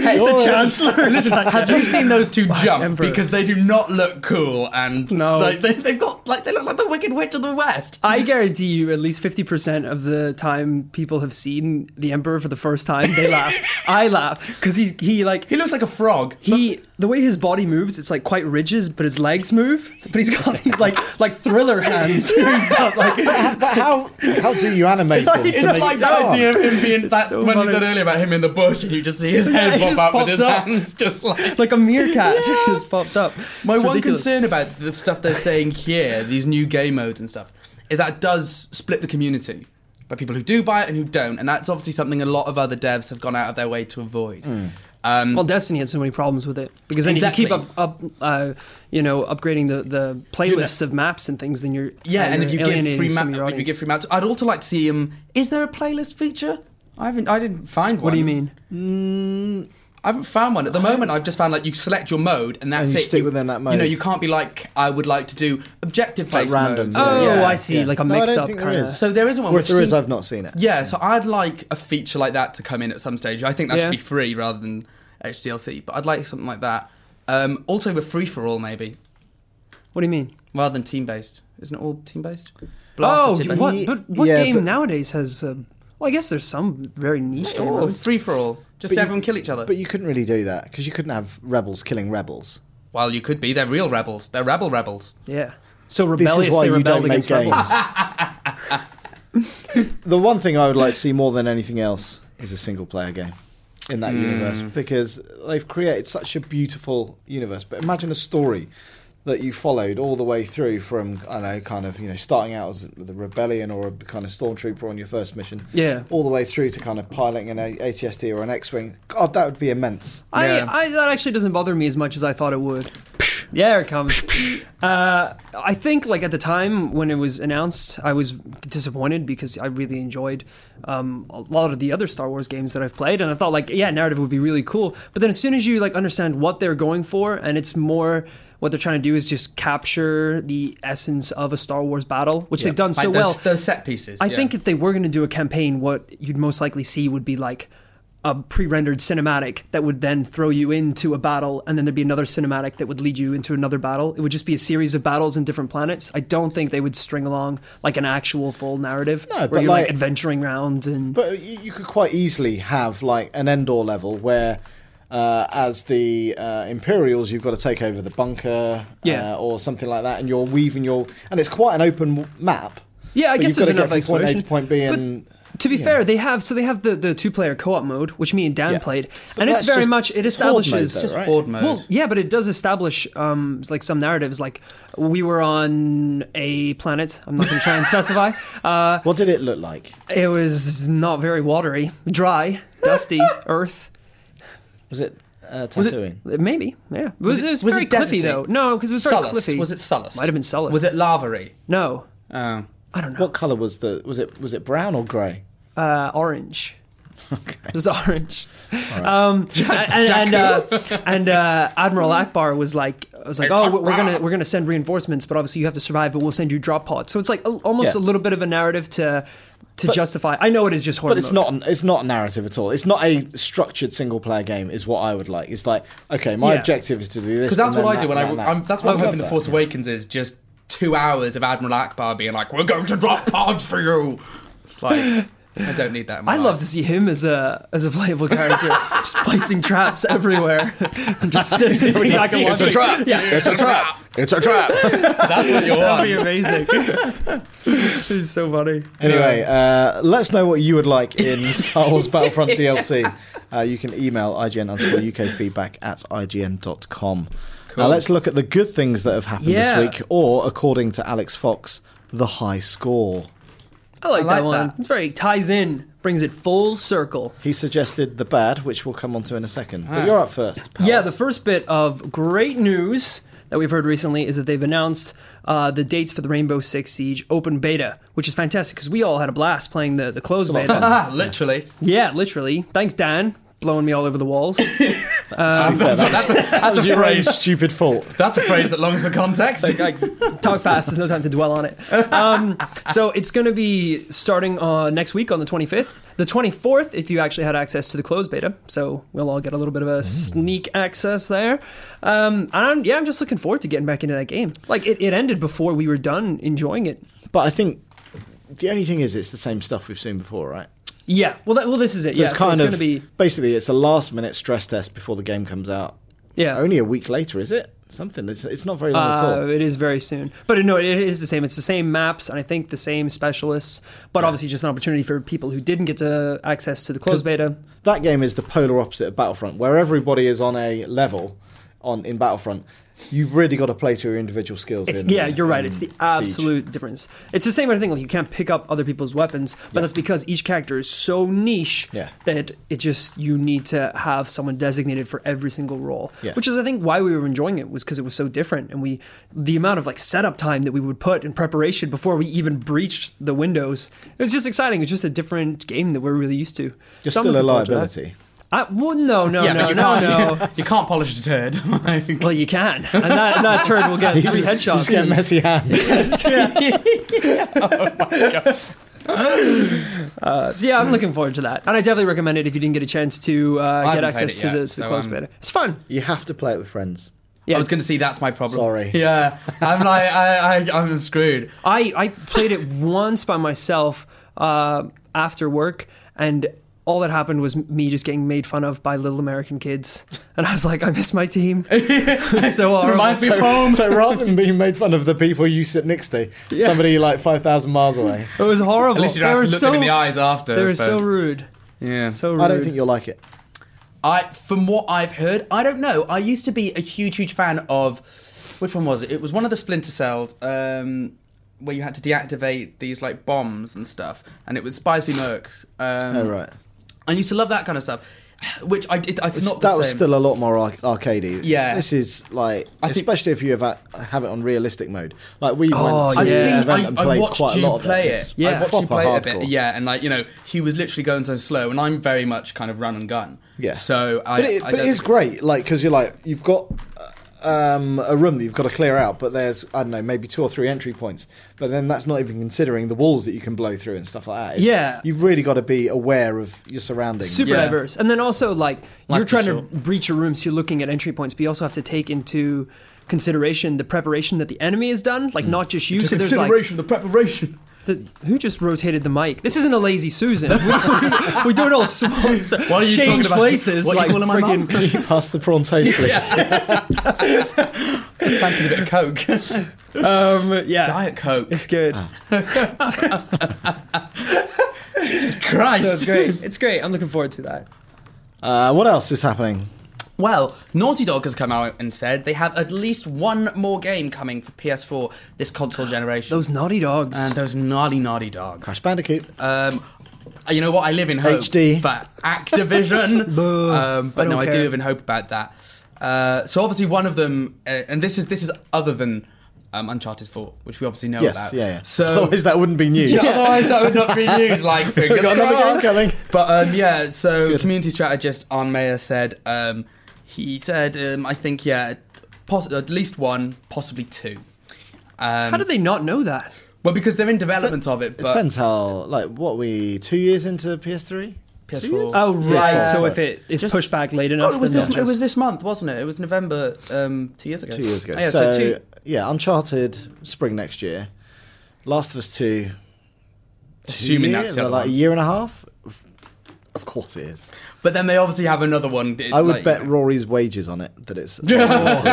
S3: Hey,
S1: Oh,
S3: the
S1: yeah.
S3: Chancellor. Listen, have you seen those two jump?
S2: Emperor.
S3: Because they do not look cool, and
S2: No.
S3: like, they, they've got like they look like the Wicked Witch of the West.
S2: I guarantee you, at least fifty percent of the time people have seen the Emperor for the first time, they laughed. I laugh because he's he like
S3: He looks like a frog.
S2: He the way his body moves, it's like quite rigid, but his legs move. But he's got these like like thriller hands and stuff. Like
S1: But how how do you animate him?
S2: It's
S3: It's
S1: to
S3: just
S1: make
S3: like
S1: it
S3: that
S1: go
S3: idea
S1: on?
S3: of him being that
S2: So
S3: when you said
S2: funny.
S3: earlier about him in the bush, and you just see his
S2: Yeah, he
S3: head pop
S2: just
S3: out with
S2: popped
S3: his
S2: up.
S3: hands, just like.
S2: like a meerkat
S3: Yeah.
S2: just popped up.
S3: My
S2: It's
S3: one
S2: ridiculous.
S3: concern about the stuff they're saying here, these new game modes and stuff, is that it does split the community by people who do buy it and who don't, and that's obviously something a lot of other devs have gone out of their way to avoid.
S2: Hmm.
S3: Um,
S2: Well, Destiny had so many problems with it because then if you keep
S3: Exactly.
S2: up, up uh, you know, upgrading the, the playlists of maps and things, then you're
S3: Yeah,
S2: uh,
S3: and if you
S2: you're
S3: give
S2: alienating
S3: free
S2: some of your
S3: maps, if you
S2: audience.
S3: give free maps, I'd also like to see um. Is there a playlist feature? I haven't. I didn't find one. Mm,
S2: what do you mean?
S3: I haven't found one at the moment. I've just found like you select your mode and that's
S1: you
S3: it.
S1: stick within that
S3: You know,
S1: mode.
S3: you can't be like I would like to do objective based
S1: Like random,
S3: Modes.
S1: yeah.
S2: Oh,
S3: yeah.
S2: I see,
S1: Yeah.
S2: like a
S1: No, I don't
S2: mix-up
S1: think there
S2: kind of.
S1: is.
S3: So there is one.
S1: Or if
S3: which
S1: there is,
S3: seem-
S1: I've not seen it.
S3: Yeah, so I'd like a feature like that to come in at some stage. I think that
S2: Yeah.
S3: should be free rather than HDLC, but I'd like something like that. Um, also, with free for all, maybe
S2: What do you mean?
S3: rather than team based. Isn't it all team based?
S2: Oh,
S3: Blast is
S2: you-
S3: team-based.
S2: what?
S1: Ye-
S2: But what
S1: yeah,
S2: game
S1: but-
S2: nowadays has? Um, well, I guess there's some very niche game
S3: Or
S2: modes.
S3: Oh, free for all. Just
S1: But you-
S3: everyone kill each other.
S1: But you couldn't really do that because you couldn't have rebels killing rebels.
S3: well, you could be. They're real rebels. They're rebel rebels.
S2: Yeah. So
S1: This
S2: rebelliously
S1: is why you
S2: rebelled
S1: don't make
S2: against rebels.
S1: games. the one thing I would like to see more than anything else is a single player game in that universe because they've created such a beautiful universe. But imagine a story that you followed all the way through from I don't know, kind of you know, starting out as the rebellion or a kind of stormtrooper on your first mission,
S2: Yeah.
S1: all the way through to kind of piloting an A- ATSD or an X-wing. God, that would be immense.
S3: Yeah.
S2: I, I that actually doesn't bother me as much as I thought it would. Yeah, there it comes. Uh, I think like at the time when it was announced, I was disappointed because I really enjoyed um, a lot of the other Star Wars games that I've played, and I thought like yeah, narrative would be really cool. But then as soon as you like understand what they're going for, and it's more what they're trying to do is just capture the essence of a Star Wars battle, which they've done so
S3: like
S2: well.
S3: those, those set pieces.
S2: I
S3: yeah.
S2: think if they were going to do a campaign, what you'd most likely see would be like a pre-rendered cinematic that would then throw you into a battle, and then there'd be another cinematic that would lead you into another battle. It would just be a series of battles in different planets. I don't think they would string along like an actual full narrative
S1: No,
S2: where
S1: but
S2: you're like,
S1: like-
S2: adventuring rounds and.
S1: But you, you could quite easily have like an Endor level where, uh, as the uh, Imperials, you've got to take over the bunker,
S2: Yeah.
S1: uh, or something like that, and you're weaving your and it's quite an open w- map.
S2: Yeah, I
S1: but
S2: guess
S1: you've
S2: there's
S1: got to
S2: enough
S1: get from point A
S2: exploration.
S1: to point B,
S2: But
S1: and
S2: to be fair, they have so they have the, the two player co op mode, which me and Dan
S1: Yeah.
S2: played,
S1: But
S2: and it's
S1: that's
S2: very
S1: just-
S2: much it
S1: it's horde mode,
S2: establishes
S1: though, right?
S3: horde mode.
S2: Well, yeah, but it does establish um, like some narratives. Like we were on a planet. I'm not going to try and specify. Uh,
S1: what did it look like?
S2: it was not very watery, dry, dusty, earth.
S1: Was it uh, tattooing?
S2: Maybe, yeah. It was, it, was,
S3: was
S2: very
S3: it
S2: cliffy
S3: deserty?
S2: though. No, because it was very
S3: Sullust.
S2: cliffy.
S3: Was it Sullust?
S2: Might have been Sullust.
S3: Was it Lavery?
S2: No,
S3: Oh.
S2: I don't know.
S1: What color was the? Was it was it brown or grey?
S2: uh, orange. It was orange. Um, and and, uh, and uh, Admiral Akbar was like, I was like, oh, we're we're gonna we're gonna send reinforcements, but obviously you have to survive. But we'll send you drop pods. So it's like a, almost
S1: Yeah.
S2: a little bit of a narrative to to justify. I know it is just horror,
S1: But it's not an, it's not a narrative at all. It's not a structured single player game. Is what I would like. It's like okay, my
S2: Yeah.
S1: objective is to do this.
S3: Because that's
S1: and
S3: what I
S1: then
S3: do when
S1: that,
S3: I.
S1: that, that.
S3: I'm, that's what I'm
S1: I'd
S3: hoping
S1: love
S3: the Force
S1: that.
S3: Awakens is just two hours of Admiral Akbar being like, "We're going to drop pods for you." It's like I don't need that. In my
S2: I
S3: life.
S2: love to see him as a as a playable character, just placing traps everywhere and just sitting back and
S3: it's
S2: watching.
S3: a trap.
S2: Yeah,
S5: It's a trap. It's a trap.
S3: That's what you
S2: that'd be
S3: want.
S2: amazing. He's so funny.
S1: Anyway, uh, let us know what you would like in Star Wars Battlefront DLC. Uh, you can email IGN underscore UK feedback at IGN.com. Now Uh, let's look at the good things that have happened
S2: Yeah.
S1: this week, or according to Alex Fox, the high score.
S2: I like,
S3: I like
S2: that one.
S3: that.
S2: It's very ties in, brings it full circle.
S1: He suggested the bad, which we'll come on to in a second.
S3: Ah.
S1: But you're up first. pals.
S2: Yeah, the first bit of great news that we've heard recently is that they've announced uh, the dates for the Rainbow Six Siege open beta, which is fantastic because we all had a blast playing the, the closed
S1: lot of
S2: beta.
S3: Ah, literally.
S2: yeah, literally. Thanks, Dan, blowing me all over the walls.
S1: To be fair, that
S3: That's a, that's
S1: was
S3: a
S1: your own
S3: phrase.
S1: stupid fault.
S3: That's a phrase that longs for context.
S2: like talk fast. There's no time to dwell on it. Um, so it's going to be starting uh, next week on the 25th, the 24th. If you actually had access to the closed beta, so we'll all get a little bit of
S1: Mm.
S2: a sneak access there. Um, and I'm, yeah, I'm just looking forward to getting back into that game. Like it, it ended before we were done enjoying it.
S1: But I think the only thing is, it's the same stuff we've seen before, right?
S2: Yeah. Well, that, well, this is it.
S1: So
S2: yeah.
S1: it's kind
S2: so
S1: of
S2: it's going to be.
S1: basically it's a last minute stress test before the game comes out.
S2: Yeah.
S1: only a week later, is it? Something. It's, it's not very long at
S2: Uh,
S1: all.
S2: it is very soon, but no, it is the same. It's the same maps, and I think the same specialists. But obviously, just an opportunity for people who didn't get to access to the closed beta.
S1: That game is the polar opposite of Battlefront, where everybody is on a level on in Battlefront. You've really got to play to your individual skills.
S2: It's,
S1: in,
S2: yeah, you're right. It's the
S1: in Siege.
S2: absolute difference. It's the same kind of thing. Like you can't pick up other people's weapons, but that's because each character is so niche
S1: Yeah.
S2: that it just you need to have someone designated for every single role.
S1: Yeah.
S2: Which is, I think, why we were enjoying it was because it was so different, and we the amount of like setup time that we would put in preparation before we even breached the windows. It was just exciting. It's just a different game that we're really used to.
S1: You're
S2: So I'm
S1: still a
S2: looking forward to that.
S1: liability.
S2: I, well, no, no,
S3: yeah,
S2: no,
S3: but you
S2: no,
S3: can't.
S2: no.
S3: You can't polish a turd. Like-
S2: Well, you can, and that, and that turd will get three
S1: You
S2: headshots.
S1: just get messy hands.
S3: oh my god.
S2: Uh, so yeah, I'm looking forward to that, and I definitely recommend it if you didn't get a chance to uh, get
S3: haven't
S2: access to the,
S3: played it yet,
S2: to the
S3: so,
S2: closed
S3: um,
S2: beta. It's fun.
S1: You have to play it with friends.
S2: Yeah.
S3: I was going to see that's my problem.
S1: Sorry.
S3: Yeah, I'm like I, I I'm screwed.
S2: I, I played it once by myself uh, after work, and all that happened was me just getting made fun of by little American kids. And I was like, I miss my team. It's so horrible.
S3: Reminds me of home.
S1: So rather than being made fun of the people you sit next to, somebody like 5,000 miles away,
S2: It was horrible.
S3: At least you don't
S2: They
S3: have
S2: were
S3: to look
S2: so,
S3: them in the eyes after.
S2: They
S3: I
S2: were so
S3: suppose.
S2: rude.
S3: yeah.
S2: So rude.
S1: I don't think you'll like it.
S3: I from what I've heard, I don't know. I used to be a huge, huge fan of which one was it? It was one of the Splinter Cells um, where you had to deactivate these like bombs and stuff, and it was Spies v Mercs. Um,
S1: Oh, right.
S3: I used to love that kind of stuff, which I did. It's,
S1: It's-
S3: not the
S1: that was
S3: same.
S1: still a lot more arc- arcadey.
S3: Yeah.
S1: this is like,
S3: I think-
S1: especially if you have a, have it on realistic mode. Like we
S2: Oh,
S1: went to
S3: I've
S2: Yeah.
S1: an
S3: seen.
S1: event and
S3: I, I
S1: played
S3: watched
S1: quite a
S3: you
S1: lot of
S3: play
S1: it.
S3: it.
S1: It's
S2: Yeah.
S3: I watched you
S1: proper
S3: play it a
S1: hardcore.
S3: bit. Yeah, and like you know, he was literally going so slow, and I'm very much kind of run and gun.
S1: Yeah.
S3: So I.
S1: but it,
S3: I
S1: but
S3: don't
S1: it is
S3: think it's-
S1: great, like because you're like you've got uh, um, a room that you've got to clear out, but there's I don't know maybe two or three entry points, but then that's not even considering the walls that you can blow through and stuff like that. It's-
S2: Yeah.
S1: you've really got to be aware of your surroundings.
S2: Super
S3: Yeah.
S2: diverse. And then also, like, you're
S3: too
S2: trying to
S3: short.
S2: breach a room, so you're looking at entry points, but you also have to take into consideration the preparation that the enemy has done,
S3: Mm.
S2: like, not just you. So there's like.
S3: Consideration, the preparation.
S2: The, who just rotated the mic? This isn't a lazy Susan. We, we, we do it all small.
S3: What are you talking
S2: change
S3: about?
S2: places.
S3: What are you
S2: like
S3: calling my mum?
S2: freaking,
S1: Can you pass the prawn toast, please?
S3: Fancied a bit of coke.
S2: um, yeah,
S3: Diet coke.
S2: it's good.
S3: Ah. Christ.
S2: So it's great. It's great. I'm looking forward to that.
S1: Uh, what else is happening?
S3: Well, Naughty Dog has come out and said they have at least one more game coming for PS4 this console generation.
S2: Those naughty dogs.
S3: and those naughty, naughty dogs.
S1: Crash Bandicoot.
S3: Um, you know what? I live in hope.
S1: HD.
S3: But Activision.
S2: Boo.
S3: um, but
S2: I don't
S3: no, I do
S2: care.
S3: live in hope about that. Uh, so obviously, one of them, uh, and this is this is other than um, Uncharted 4, which we obviously know
S1: yes,
S3: about.
S1: yeah, yeah.
S3: So
S1: otherwise that wouldn't be news.
S3: Yeah. Otherwise, that would not be news. Like, fingers
S1: got another
S3: crossed.
S1: game coming.
S3: But um, yeah, so community strategist Arn Mayer said um, he said um, I think yeah, poss- at least one, possibly two. Um,
S2: How did they not know that?
S3: well, because they're in development of it,
S1: It
S3: but
S1: depends how, like, what are we two years into PS3,
S3: PS4.
S1: Two years?
S2: Oh right.
S1: Yeah.
S2: so
S1: Yeah.
S2: if it is pushed back late enough,
S3: Oh, it was
S2: then
S3: this.
S2: they'll
S3: It was
S2: just-
S3: this month, wasn't it? It was November um, two years ago.
S1: two years ago.
S3: Oh, yeah,
S1: so
S3: so, two.
S1: yeah, Uncharted, spring next year. Last of Us Two.
S3: Assuming
S1: year,
S3: that's the other
S1: like a
S3: one.
S1: year and a half. Of- Of course it is.
S3: But then they obviously have another one. it-
S1: I would
S3: like,
S1: bet
S3: you
S1: Rory's wages on it that it's. Uncharted.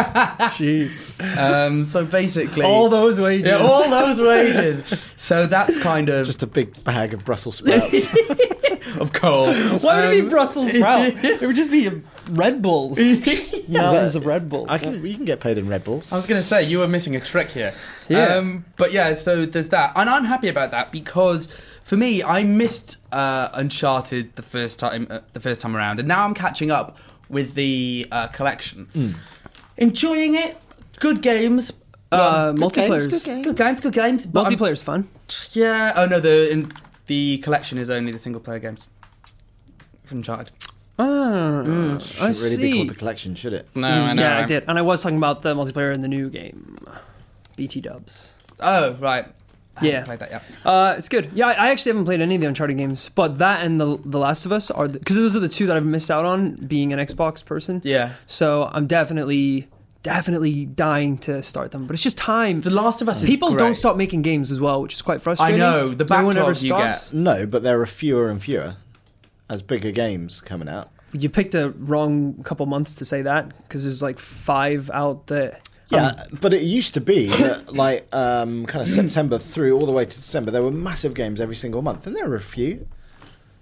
S2: Jeez.
S3: know. Um, so basically,
S2: "Ah, All those wages.
S3: yeah, all those wages. so that's kind of
S1: Just a big bag of Brussels sprouts.
S3: of coal.
S2: Why would it be
S3: Um,
S2: Brussels sprouts? it would just be Red Bulls. Just Mountains of Red Bulls.
S1: I can. You can get paid in Red Bulls.
S3: I was going to say you were missing a trick here.
S2: Yeah.
S3: Um, but yeah, so there's that, and I'm happy about that because for me, I missed uh, Uncharted the first time, uh, the first time around, and now I'm catching up with the uh, collection,
S2: Hmm.
S3: enjoying it. Good games. Um,
S2: Uh,
S1: Good games,
S2: multiplayers.
S1: good games.
S3: Good games, good games. But I'm-
S2: Multiplayer's fun.
S3: Yeah. Oh no, the in, the collection is only the single player games. From Uncharted.
S2: Ah,
S1: Mm, Should
S2: I
S1: really
S2: see.
S1: be called the collection, should it?
S3: No, I know.
S2: yeah, I
S3: I'm-
S2: did, and I was talking about the multiplayer in the new game, BT Dubs.
S3: Oh right. I
S2: Yeah.
S3: haven't Played that yet.
S2: Uh, it's good. Yeah, I I actually haven't played any of the Uncharted games, but that and the The Last of Us are because those are the two that I've missed out on being an Xbox person.
S3: Yeah.
S2: So I'm definitely, definitely dying to start them, but it's just time.
S3: The Last of Us is
S2: People
S3: great.
S2: don't stop making games as well, which is quite frustrating.
S3: know, the
S2: no one ever
S3: backlog you get.
S2: stops.
S1: No, but there are fewer and fewer as bigger games coming out.
S2: You picked a wrong couple months to say that because there's like five out there.
S1: Yeah, Um, but it used to be that, like, um, kind of September through all the way to December, there were massive games every single month, and there were a few.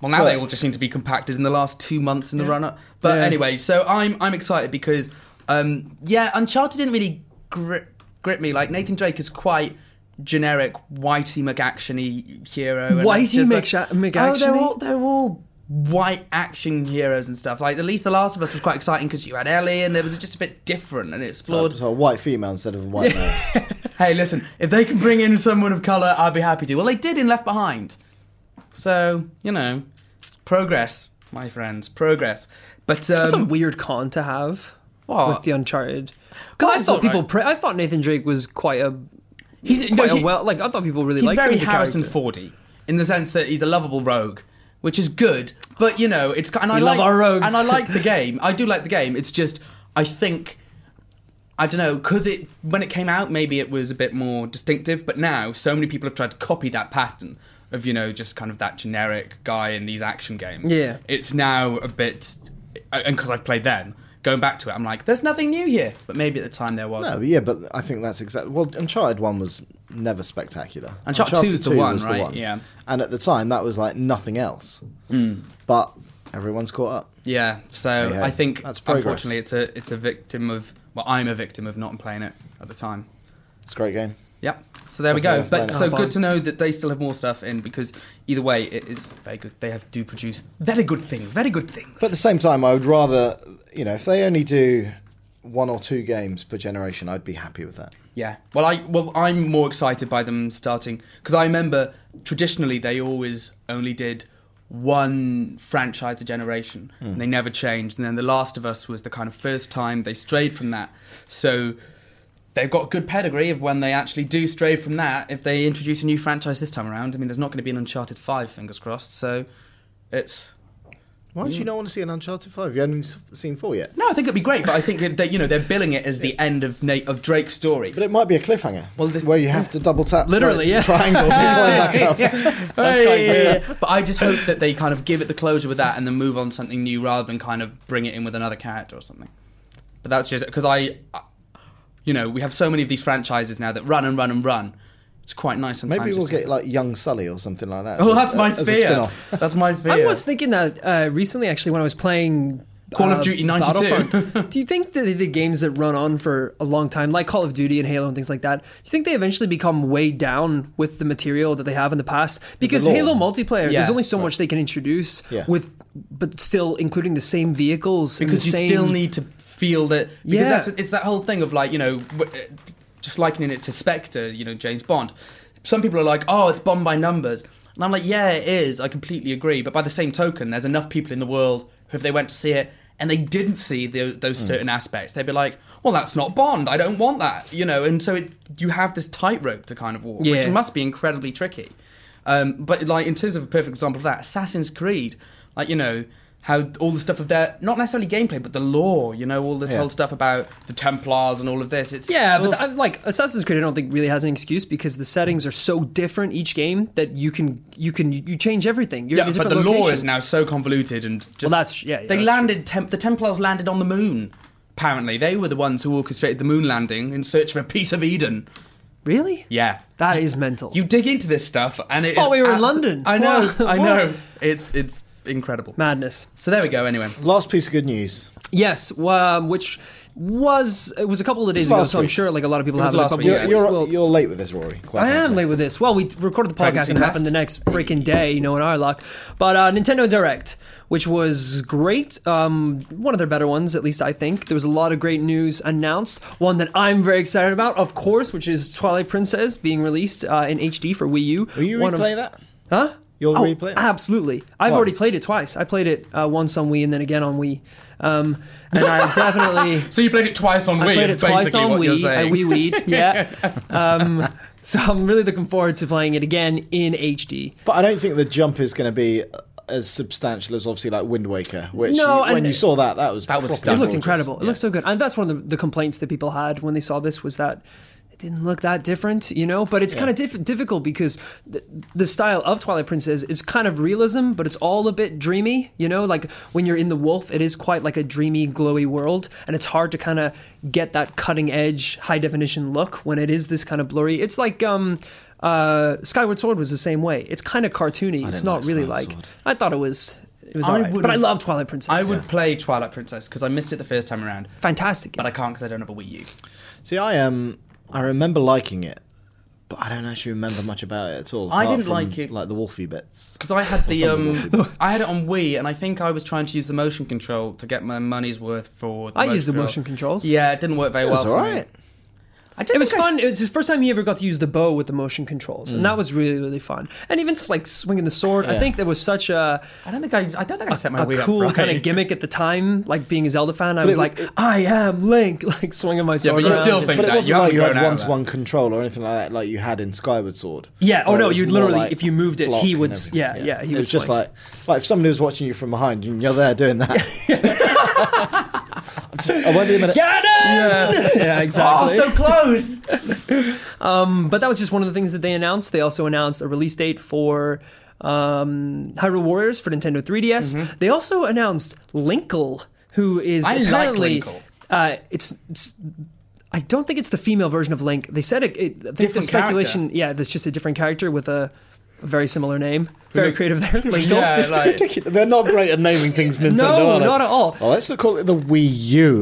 S3: Well, now
S1: But-
S3: they all just seem to be compacted in the last two months in the run up. But
S2: Yeah.
S3: anyway, so I'm I'm excited because um, yeah, Uncharted didn't really grip grip me. Like Nathan Drake is quite generic whitey McActiony hero. and
S2: Whitey
S3: it's just
S2: McSha- McActiony?
S3: Oh, they're all they're all white action heroes and stuff. Like at least The Last of Us was quite exciting because you had Ellie and it was just a bit different and it explored.
S1: So a white female instead of a white male.
S3: hey, listen, if they can bring in someone of color, I'd be happy to. Well, they did in Left Behind. So, you know, progress, my friends, progress. But
S2: That's a
S3: um,
S2: weird con to have
S3: What?
S2: with the Uncharted.
S3: Well,
S2: Because I
S3: it's
S2: thought people,
S3: alright.
S2: pra- I thought Nathan Drake was quite a
S3: he's, no,
S2: quite a
S3: he-
S2: well, like I thought people really
S3: he's
S2: liked him
S3: very
S2: as a
S3: Harrison
S2: character.
S3: Fordy. in the sense that he's a lovable rogue, which is good. But you know, it's ki- and I
S2: We love
S3: like
S2: our rogues.
S3: and I like the game. I do like the game. It's just I think I don't know because it when it came out maybe it was a bit more distinctive, but now so many people have tried to copy that pattern of you know just kind of that generic guy in these action games.
S2: Yeah.
S3: it's now a bit, uh, and because I've played them. Going back to it, I'm like, there's nothing new here. But maybe at the time there was.
S1: No, yeah, but I think that's exactly. Well, Uncharted one was never spectacular.
S3: Uncharted two's the one, right? Yeah. Mm.
S1: And at the time, that was like nothing else. But everyone's caught up.
S3: Yeah, so
S1: Hey, hey.
S3: I think
S1: That's progress.
S3: unfortunately it's a it's a victim of well I'm a victim of not playing it at the time.
S1: It's a great game.
S3: Yep. So there
S1: Definitely
S3: we go.
S1: worth
S3: But
S1: playing.
S3: so good to know that they still have more stuff in because either way it is very good. They have do produce very good things, very good things.
S1: But at the same time, I would rather, you know, if they only do one or two games per generation, I'd be happy with that.
S3: Yeah. Well, I well I'm more excited by them starting because I remember traditionally they always only did one franchise a generation. And they never changed. And then The Last of Us was the kind of first time they strayed from that. So they've got good pedigree of when they actually do stray from that. If they introduce a new franchise this time around, I mean, there's not going to be an Uncharted Five, fingers crossed. So it's
S1: Why
S3: Mm.
S1: do you not want to see an Uncharted five? You haven't even seen four yet.
S3: no, I think it'd be great, but I think that you know they're billing it as the end of Nate of Drake's story.
S1: But it might be a cliffhanger.
S3: Well, this-
S1: where you have to double tap,
S2: Literally,
S1: like,
S2: yeah.
S1: triangle to climb back up.
S3: Hey. But I just hope that they kind of give it the closure with that and then move on to something new rather than kind of bring it in with another character or something. But that's just because I, I- you know, we have so many of these franchises now that run and run and run. It's quite nice sometimes.
S1: Maybe we'll
S3: just to-
S1: get like young Sully or something like that. as
S3: Oh,
S1: a-
S3: that's my
S1: as a
S3: fear.
S1: spin-off.
S3: That's my fear.
S2: I was thinking that uh, recently, actually, when I was playing
S3: Call of
S2: uh,
S3: Duty 92.
S2: Battlefront. do you think that the games that run on for a long time, like Call of Duty and Halo and things like that, do you think they eventually become weighed down with the material that they have in the past? Because
S1: lore.
S2: Halo multiplayer,
S3: Yeah.
S2: there's only so much they can introduce
S1: Yeah.
S2: with, but still including the same vehicles and
S3: because
S2: the
S3: you
S2: same-
S3: still need to feel that because
S2: Yeah.
S3: that's, it's that whole thing of like you know w- uh, just likening it to Spectre you know James Bond some people are like oh it's Bond by numbers and I'm like yeah it is I completely agree but by the same token there's enough people in the world who if they went to see it and they didn't see the,
S2: Mm.
S3: those certain aspects they'd be like well that's not Bond I don't want that you know and so it, you have this tightrope to kind of walk which
S2: Yeah.
S3: must be incredibly tricky um, but like in terms of a perfect example of that, Assassin's Creed, like you know how all the stuff of their not necessarily gameplay, but the lore, you know, all this
S1: Yeah.
S3: whole stuff about the Templars and all of this. It's
S2: Yeah, but
S3: well,
S2: I'm like Assassin's Creed, I don't think really has an excuse because the settings are so different each game that you can you can you change everything. You're in
S3: yeah,
S2: a
S3: but the
S2: different
S3: lore
S2: location.
S3: is now so convoluted and just
S2: Well, that's- yeah, yeah,
S3: they
S2: that's
S3: landed temp- the Templars landed on the moon. Apparently, they were the ones who orchestrated the moon landing in search of a piece of Eden.
S2: really
S3: Yeah.
S2: that is mental.
S3: You dig into this stuff, and it.
S2: Thought
S3: is
S2: we were in
S3: abso-
S2: London.
S3: I know,
S2: Wow.
S3: I know. It's it's incredible.
S2: madness.
S3: So there we go. Anyway,
S1: Last piece of good news.
S2: Yes, um, which was it was a couple of days ago,
S1: last
S2: so I'm
S1: week.
S2: sure like a lot of people
S3: was
S2: have
S3: last
S2: it. but
S3: week,
S2: we'll-
S3: yeah.
S1: You're, you're,
S2: we'll-
S1: you're late with this, Rory. Quite
S2: I am
S1: frankly.
S2: late with this. Well, we t- recorded the podcast
S3: Pregnancy
S2: and it happened the next
S3: test.
S2: freaking day, you know, in our luck. But uh, Nintendo Direct, which was great, um, one of their better ones, at least I think. There was a lot of great news announced. One that I'm very excited about, of course, which is Twilight Princess being released uh, in HD for Wii U.
S1: Will you
S2: One of-
S1: replay that?
S2: Huh?
S1: You'll
S2: oh,
S1: replay it?
S2: Absolutely. I've
S1: Why?
S2: already played it twice. I played it uh, once on Wii and then again on Wii. Um, and I definitely.
S3: so you played it twice on
S2: I
S3: Wii.
S2: played
S3: is
S2: it twice
S3: basically
S2: on
S3: what you're
S2: Wii. I
S3: saying.
S2: Wii Weed, yeah. Um, so I'm really looking forward to playing it again in HD.
S1: But I don't think the jump is going to be uh, as substantial as obviously like Wind Waker, which
S2: No,
S1: you, when
S2: and-
S1: you saw that, that was
S3: That was
S1: properly
S3: stunning.
S2: It looked
S1: gorgeous.
S2: incredible. It
S1: Yeah.
S2: looked so good, and that's one of the, the complaints that people had when they saw this was that it didn't look that different, you know. But it's kind of diff- difficult because the, the style of Twilight Princess is kind of realism, but it's all a bit dreamy, you know. Like when you're in the wolf, it is quite like a dreamy, glowy world, and it's hard to kind of get that cutting edge, high definition look when it is this kind of blurry. It's like um. Uh, Skyward Sword was the same way. It's kind of cartoony. It's not
S1: like
S2: really
S1: Skyward
S2: like.
S1: Sword.
S2: I thought it was. It was
S3: I
S2: alright. But
S3: would've-
S2: I love Twilight Princess.
S3: I would play Twilight Princess because I missed it the first time around,
S2: fantastic.
S3: but I can't because I don't have a Wii U.
S1: See, I um, I remember liking it, but I don't actually remember much about it at all.
S3: I
S1: apart
S3: didn't
S1: from,
S3: like it.
S1: like the wolfy bits.
S3: Because I had the
S1: Something
S3: um, I had it on Wii, and I think I was trying to use the motion control to get my money's worth for. The
S2: I used the
S3: control.
S2: motion controls.
S3: Yeah, it didn't work very
S1: It
S3: well.
S1: was
S3: for
S1: all
S3: me.
S1: right.
S3: I don't
S2: it was
S3: think I s-
S2: fun. It was his first time he ever got to use the bow with the motion controls,
S3: Mm.
S2: and that was really really fun. And even just like swinging the sword, I think that was such a
S3: I don't think I. I don't think I set my
S2: a
S3: wig
S2: cool
S3: up right.
S2: kind of gimmick at the time. Like being a Zelda fan, I was
S1: it-
S2: like, I am Link, like swinging my sword.
S3: but you
S2: around.
S3: still think-
S1: But it
S3: that.
S1: wasn't
S3: You
S1: like
S3: haven't
S1: you
S3: grown
S1: had
S3: out of
S1: one to
S3: that.
S1: one control or anything like that, like you had in Skyward Sword.
S2: Yeah, oh
S1: Where
S2: no,
S1: it was
S2: you'd
S1: more
S2: literally-
S1: like
S2: if you moved it,
S1: block
S2: he
S1: and
S2: would-
S1: everything.
S2: yeah, yeah, he
S1: it
S2: would
S1: was just
S2: swing.
S1: like, like if somebody was watching you from behind and you're there doing that. I'm just- I won't be a minute.
S2: Ganon! Yeah,
S3: Oh,
S2: exactly.
S3: so close.
S2: but that was just one of the things that they announced. They also announced a release date for um, Hyrule Warriors for Nintendo 3DS. They also announced Linkle, who is
S3: Mm-hmm. I like
S2: apparently
S3: Linkle.
S2: Uh, it's, it's I don't think it's the female version of Link. They said it. it I think the
S3: Different
S2: speculation. Yeah, that's just a different character with a, a very similar name. Very
S3: look-
S2: creative there. Linkle.
S3: yeah, like
S1: They're not great at naming things, Nintendo.
S2: No,
S1: are they?
S2: not at all.
S1: Well, let's not call it the Wii U.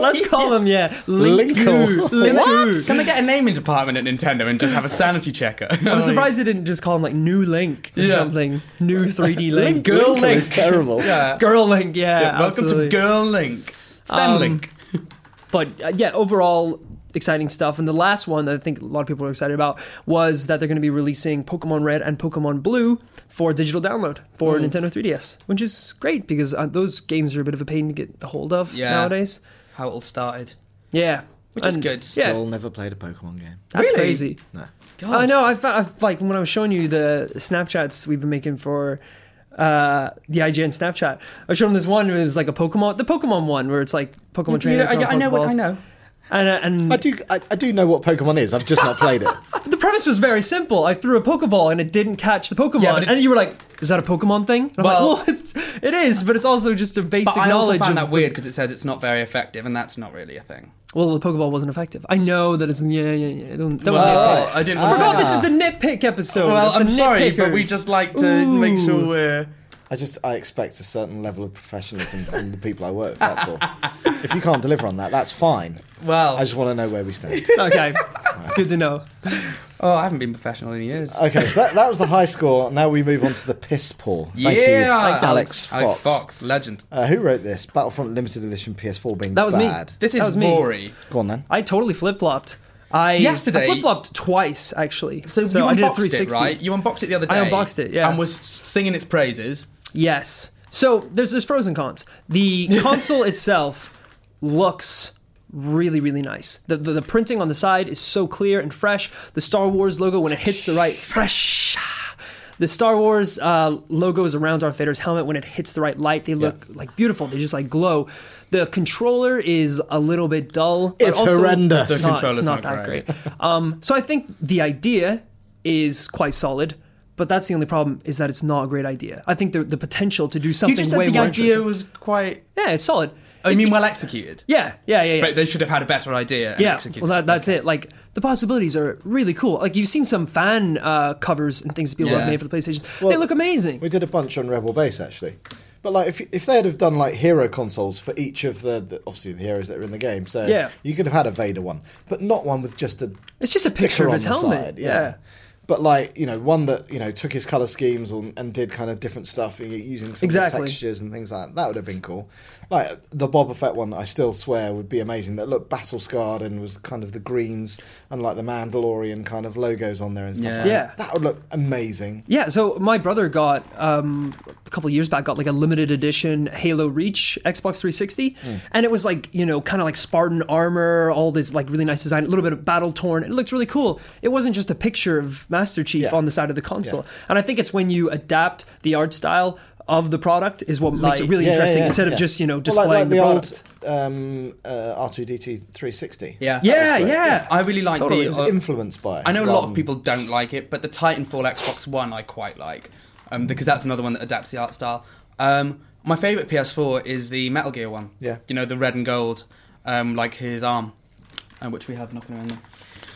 S2: Let's call them yeah.
S1: Linkle.
S2: Linkle. Linkle.
S3: Can they get a naming department at Nintendo and just have a sanity checker?
S2: I'm surprised they didn't just call him like New Link or
S3: Yeah.
S2: something. New 3D Link.
S3: Girl
S1: Linkle is
S3: Link.
S1: terrible.
S3: Yeah.
S2: Girl Link, yeah.
S3: Uh, Yeah, welcome
S2: absolutely. Um,
S3: to Girl Link. Femlink.
S2: But uh, yeah, overall exciting stuff. And the last one that I think a lot of people are excited about was that they're going to be releasing Pokemon Red and Pokemon Blue for digital download for Nintendo 3DS, which is great because uh, those games are a bit of a pain to get a hold of
S3: Yeah.
S2: nowadays.
S3: How it all started.
S2: Yeah.
S3: Which is good.
S2: Yeah,
S1: Still never played a Pokemon game.
S2: that's
S3: Really?
S2: crazy.
S1: No.
S3: God.
S2: I know. I've, I've like when I was showing you the Snapchats we've been making for uh, the IGN Snapchat. I was showing this one. It was like a Pokemon, the Pokemon one, where it's like Pokemon
S3: You
S2: trainer.
S3: know, I, I know what I
S2: Pokeballs.
S3: know.
S2: And, uh, and
S1: I do. I, I do know what Pokemon is. I've just not played it.
S2: the premise was very simple. I threw a Pokeball and it didn't catch the Pokemon,
S3: Yeah, but it-
S2: and you were like, "Is that a Pokemon thing?" And I'm
S3: Well-
S2: like, "Well, it's, it is, but it's also just a basic
S3: But I also
S2: knowledge."
S3: found
S2: of,
S3: that weird because it says it's not very effective, and that's not really a thing.
S2: well, the Pokeball wasn't effective. I know that it's yeah, yeah, yeah. Don't, don't
S3: Well,
S2: nitpick.
S3: I didn't
S2: I forgot
S3: understand.
S2: this is the nitpick episode.
S3: Well,
S2: of the
S3: I'm sorry, but we
S2: nitpickers.
S3: just like to make sure we're.
S1: I just I expect a certain level of professionalism from the people I work. with, That's all. if you can't deliver on that, that's fine.
S3: Well,
S1: I just want to know where we stand.
S2: okay. Good to know.
S3: oh, I haven't been professional in years.
S1: Okay, so that, that was the high score. Now we move on to the piss poor. Thank you,
S3: yeah,
S1: Alex, Fox.
S3: Alex Fox, legend.
S1: Uh, who wrote this? Battlefront Limited Edition PS4 being
S2: That was
S1: bad.
S2: me.
S3: This
S2: That was
S3: is
S2: me.
S3: Rory.
S1: Go on then.
S2: I totally flip flopped. I
S3: Yesterday-
S2: I flip flopped twice actually.
S3: So,
S2: So,
S3: you
S2: I did a
S3: unboxed
S2: 360.
S3: it, right? You unboxed it the other day.
S2: I unboxed it, yeah.
S3: And was singing its praises.
S2: Yes. So there's there's pros and cons. The console itself looks really really nice. The, the the printing on the side is so clear and fresh. The Star Wars logo when it hits the right fresh. The Star Wars uh, logos around Darth Vader's helmet when it hits the right light, they look like beautiful. They just like glow. The controller is a little bit dull. but
S1: It's
S2: also
S1: horrendous.
S2: It's
S1: The
S2: not, it's
S3: controller's
S2: not
S3: not
S2: that
S3: great.
S2: great. Um, so I think the idea is quite solid, but that's the only problem is that it's not a great idea. I think the the potential to do
S3: You
S2: something
S3: just said
S2: way
S3: the
S2: more
S3: idea
S2: interesting.
S3: was quite.
S2: Yeah, it's solid.
S3: Oh, you
S2: If
S3: mean
S2: you-
S3: well executed?
S2: yeah, yeah, yeah, yeah.
S3: But they should have had a better idea. And
S2: yeah,
S3: executed
S2: well, that,
S3: it.
S2: that's it. Like the possibilities are really cool. Like you've seen some fan uh, covers and things that people
S3: Yeah.
S2: have made for the PlayStation. they
S1: Well,
S2: look amazing.
S1: We did a bunch on Rebel Base actually, but like if if they had have done like hero consoles for each of the, the obviously the heroes that are in the game, so
S2: Yeah.
S1: you could have had a Vader one, but not one with just a
S2: It's just a
S1: sticker
S2: picture of
S1: on
S2: his
S1: the
S2: helmet,
S1: side,
S2: yeah.
S1: But like you know, one that you know took his color schemes on, and did kind of different stuff and using some
S2: Exactly.
S1: of the textures and things like that. That would have been cool. Like the Boba Fett one, that I still swear would be amazing. That looked battle scarred and was kind of the greens and like the Mandalorian kind of logos on there and stuff.
S3: Yeah.
S1: like
S2: Yeah.
S1: that. that would look amazing.
S2: Yeah, so my brother got um, a couple years back got like a limited edition Halo Reach Xbox 360,
S1: Hmm.
S2: and it was like you know kind of like Spartan armor, all this like really nice design, a little bit of battle torn. It looked really cool. It wasn't just a picture of Master Chief
S1: Yeah.
S2: on the side of the console, and I think it's when you adapt the art style of the product is what makes it
S3: Like-
S2: really
S1: Yeah, yeah,
S2: interesting
S1: yeah,
S2: instead
S1: yeah.
S2: of just you know
S1: Well, like- like
S2: displaying the, product.
S1: old um, uh, R2D2 360.
S3: Yeah.
S2: yeah,
S1: great.
S2: yeah.
S3: I really like
S2: Totally.
S1: It was
S3: the. uh,
S1: influenced by. um,
S3: I know a lot
S1: rather
S3: of people don't like it, but the Titanfall Xbox One I quite like um, because that's another one that adapts the art style. Um, my favorite PS4 is the Metal Gear one.
S1: Yeah.
S3: you know the red and gold, um, like his arm, um, which we have knocking around there.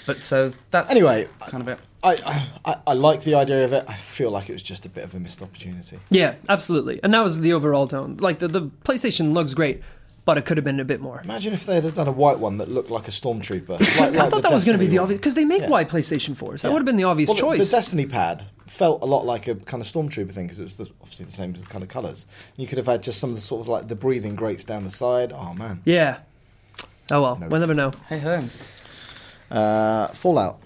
S3: But so that's
S1: Anyway,
S3: kind of it.
S1: than- I, I I like the idea of it. I feel like it was just a bit of a missed opportunity.
S2: yeah, absolutely. And that was the overall tone. Like the, the PlayStation looks great, but it could have been a bit more.
S1: Imagine if they had done a white one that looked like a stormtrooper. Like, like
S2: I thought that was going to be
S1: Destiny
S2: the
S1: one.
S2: obvious because they make
S1: Yeah.
S2: why PlayStation 4s. That would have been the obvious
S1: Well, the-
S2: choice.
S1: The Destiny pad felt a lot like a kind of stormtrooper thing because it was the, obviously the same kind of colours. You could have had just some of the sort of like the breathing grates down the side. Oh man.
S2: yeah. Oh well, we'll never know.
S3: Hey ho.
S1: Uh, Fallout.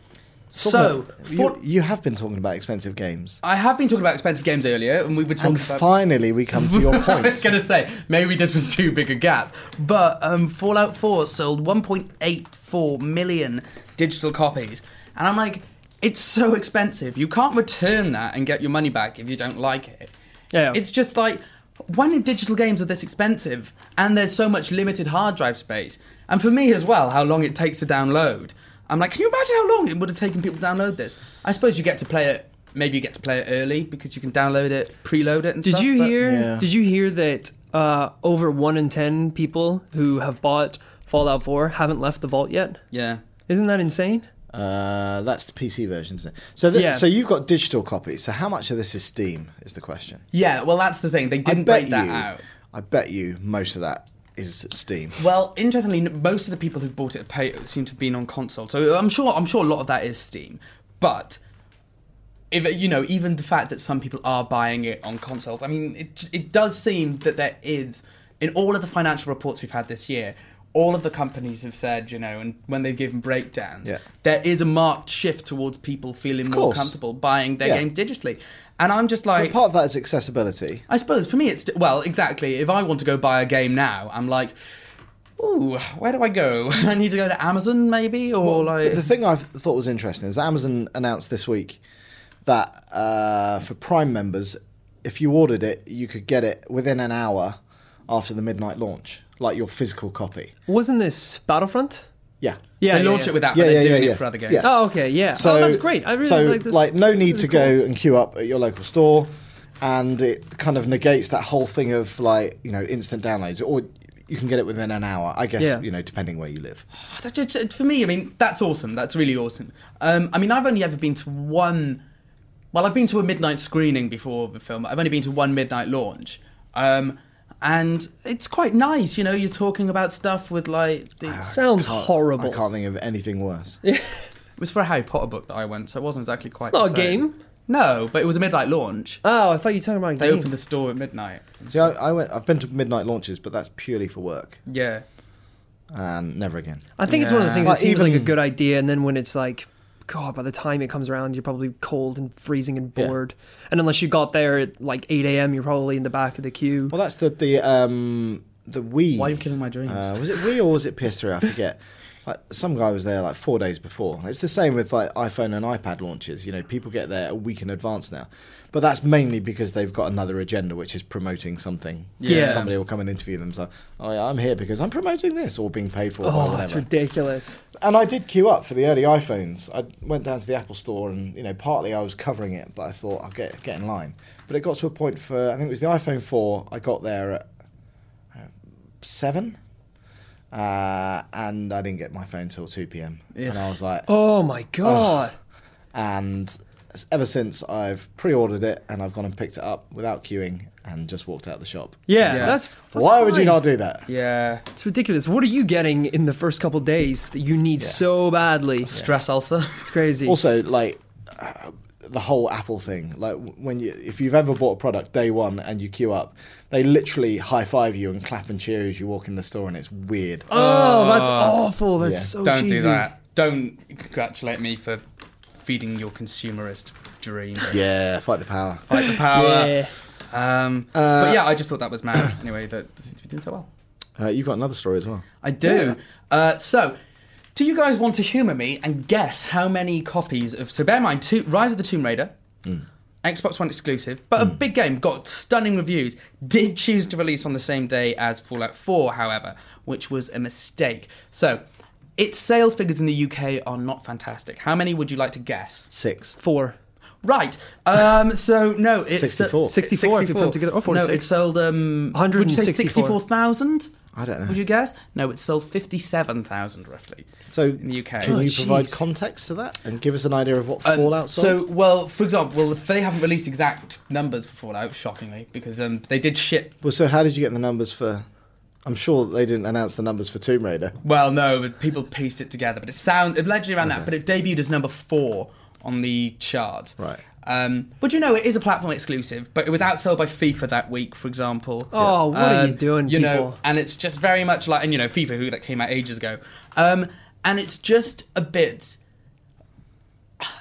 S1: Talking
S3: So,
S1: about-
S3: Fall-
S1: you, you have been talking about expensive games,
S3: I have been talking about expensive games earlier, and we were talking
S1: and
S3: about.
S1: finally we come to your
S3: I was
S1: point.
S3: going to say maybe this was too big a gap, but um, Fallout 4 sold 1.84 million digital copies, and I'm like, it's so expensive. You can't return that and get your money back if you don't like it.
S2: Yeah.
S3: It's just like when digital games are this expensive and there's so much limited hard drive space, and for me as well, how long it takes to download. I'm like, can you imagine how long it would have taken people to download this? I suppose you get to play it. Maybe you get to play it early because you can download it, preload it, and
S2: Did
S3: stuff.
S2: you
S3: but-
S2: hear?
S1: Yeah.
S2: Did you hear that uh, over one in ten people who have bought Fallout 4 haven't left the vault yet?
S3: Yeah.
S2: Isn't that insane?
S1: Uh, that's the PC version, isn't it? So, th-
S2: Yeah.
S1: so you've got digital copies. So, how much of this is Steam? Is the question.
S3: Yeah, well, that's the thing. They didn't
S1: I bet
S3: break that
S1: you.
S3: out.
S1: I bet you most of that is Steam.
S3: Well, interestingly, n- most of the people who bought it at pay seem to have been on console. So uh, I'm sure, I'm sure a lot of that is Steam. But if uh, you know, even the fact that some people are buying it on consoles, I mean, it it does seem that there is in all of the financial reports we've had this year. All of the companies have said, you know, and when they've given breakdowns,
S1: Yeah.
S3: there is a marked shift towards people feeling more
S1: course.
S3: comfortable buying their
S1: Yeah.
S3: games digitally. And I'm just
S1: But
S3: like,
S1: part of that is accessibility.
S3: I suppose for me, it's well, exactly. If I want to go buy a game now, I'm like, ooh, where do I go? I need to go to Amazon, maybe, or like,
S1: But the thing I thought was interesting is Amazon announced this week that uh, for Prime members, if you ordered it, you could get it within an hour after the midnight launch, like your physical copy.
S2: Wasn't this Battlefront?
S1: Yeah.
S2: Yeah,
S3: they
S2: yeah,
S3: launch
S2: yeah.
S3: it with that,
S1: Yeah,
S3: but they're
S1: yeah,
S3: doing
S1: yeah,
S3: it for
S1: yeah.
S3: other games.
S1: Yeah.
S2: Oh, okay, yeah. oh, that's great. I really
S1: so,
S2: like this.
S1: no need to
S2: Really cool.
S1: go and queue up at your local store, and it kind of negates that whole thing of like you know instant downloads, or you can get it within an hour. I guess
S2: Yeah.
S1: you know depending where you live.
S3: That- that- that- for me, I mean, that's awesome. That's really awesome. Um, I mean, I've only ever been to one. Well, I've been to a midnight screening before of the film. I've only been to one midnight launch, um, and it's quite nice. You know, you're talking about stuff with like the,
S2: Sounds
S1: Can't-
S2: horrible.
S1: I can't think of anything worse.
S3: it was for a Harry Potter book that I went, so it wasn't exactly quite.
S2: It's not
S3: the
S2: a
S3: same.
S2: game.
S3: No, but it was a midnight launch.
S2: Oh, I thought you were talking about a
S3: They
S2: game.
S3: opened the store at midnight.
S1: See, I, I went. I've been to midnight launches, but that's purely for work,
S3: Yeah.
S1: and never again.
S2: I think it's one of those things
S1: Well,
S2: that seems like a
S1: even-
S2: good idea, and then when it's like, God, by the time it comes around, you're probably cold and freezing and
S1: Yeah.
S2: bored. And unless you got there at like 8 a.m., you're probably in the back of the queue.
S1: Well, that's the the um the Wii.
S3: Why are you killing my dreams?
S1: Uh, was it Wii or was it PS3? I forget. Like, some guy was there like four days before. It's the same with like iPhone and iPad launches. You know, people get there a week in advance now, but that's mainly because they've got another agenda, which is promoting something.
S3: Yeah.
S1: somebody will come and interview them. So, oh yeah, I'm here because I'm promoting this or being paid for. or
S2: Oh, that's
S1: whatever.
S2: ridiculous.
S1: And I did queue up for the early iPhones. I went down to the Apple store and, you know, partly I was covering it, but I thought I'll get, get in line. But it got to a point for, I think it was the iPhone 4, I got there at uh, 7. Uh, and I didn't get my phone till 2 p.m. And I was like,
S2: Oh my God.
S1: and s- ever since I've pre ordered it and I've gone and picked it up without queuing and just walked out the shop.
S2: Yeah,
S3: Yeah.
S2: that's, that's
S1: Why would you
S2: fine.
S1: not do that?
S3: yeah.
S2: It's ridiculous. What are you getting in the first couple days that you need so badly?
S3: Stress ulcer.
S2: It's crazy.
S1: Also, like uh, the whole Apple thing, like w- when you if you've ever bought a product day one and you queue up, they literally high five you and clap and cheer as you walk in the store, and it's weird.
S2: oh, that's awful. That's
S1: uh, yeah.
S2: so
S3: Don't do
S2: cheesy.
S3: that. Don't congratulate me for feeding your consumerist dream.
S1: yeah, fight the power.
S3: Like the power.
S2: Yeah.
S3: Um,
S2: Uh,
S3: but yeah, I just thought that was mad. anyway, that seems to be doing so well.
S1: Uh, you've got another story as well.
S3: I do. Uh, so, do you guys want to humour me and guess how many copies of? So bear in mind, two, Rise of the Tomb Raider, Xbox One exclusive, but a big game, got stunning reviews. Did choose to release on the same day as Fallout 4, however, which was a mistake. So, its sales figures in the UK are not fantastic. How many would you like to guess?
S1: Six.
S2: Four.
S3: Right. Um, so no, it's
S1: 64.
S2: 64 if you put them together, or
S3: no,
S2: 46.
S3: it sold um, would you say
S2: 164?
S3: sixty-four thousand?
S1: I don't know.
S3: Would you guess? No, it sold fifty-seven thousand roughly.
S1: So
S3: in the UK.
S1: can
S3: Oh,
S1: you
S3: jeez.
S1: provide context to that and give us an idea of what
S3: Um,
S1: Fallout?
S3: So,
S1: sold?
S3: well, for example, well, they haven't released exact numbers for Fallout, shockingly, because um, they did ship.
S1: well, so how did you get the numbers for? I'm sure they didn't announce the numbers for Tomb Raider.
S3: Well, no, but people pieced it together, but it sound allegedly around that, but it debuted as number four on the chart.
S1: Right.
S3: Um, but you know, it is a platform exclusive, but it was outsold by FIFA that week, for example.
S2: Oh, what are
S3: Um,
S2: you doing,
S3: You know,
S2: people?
S3: and it's just very much like, and you know, FIFA, who that came out ages ago. Um, and it's just a bit.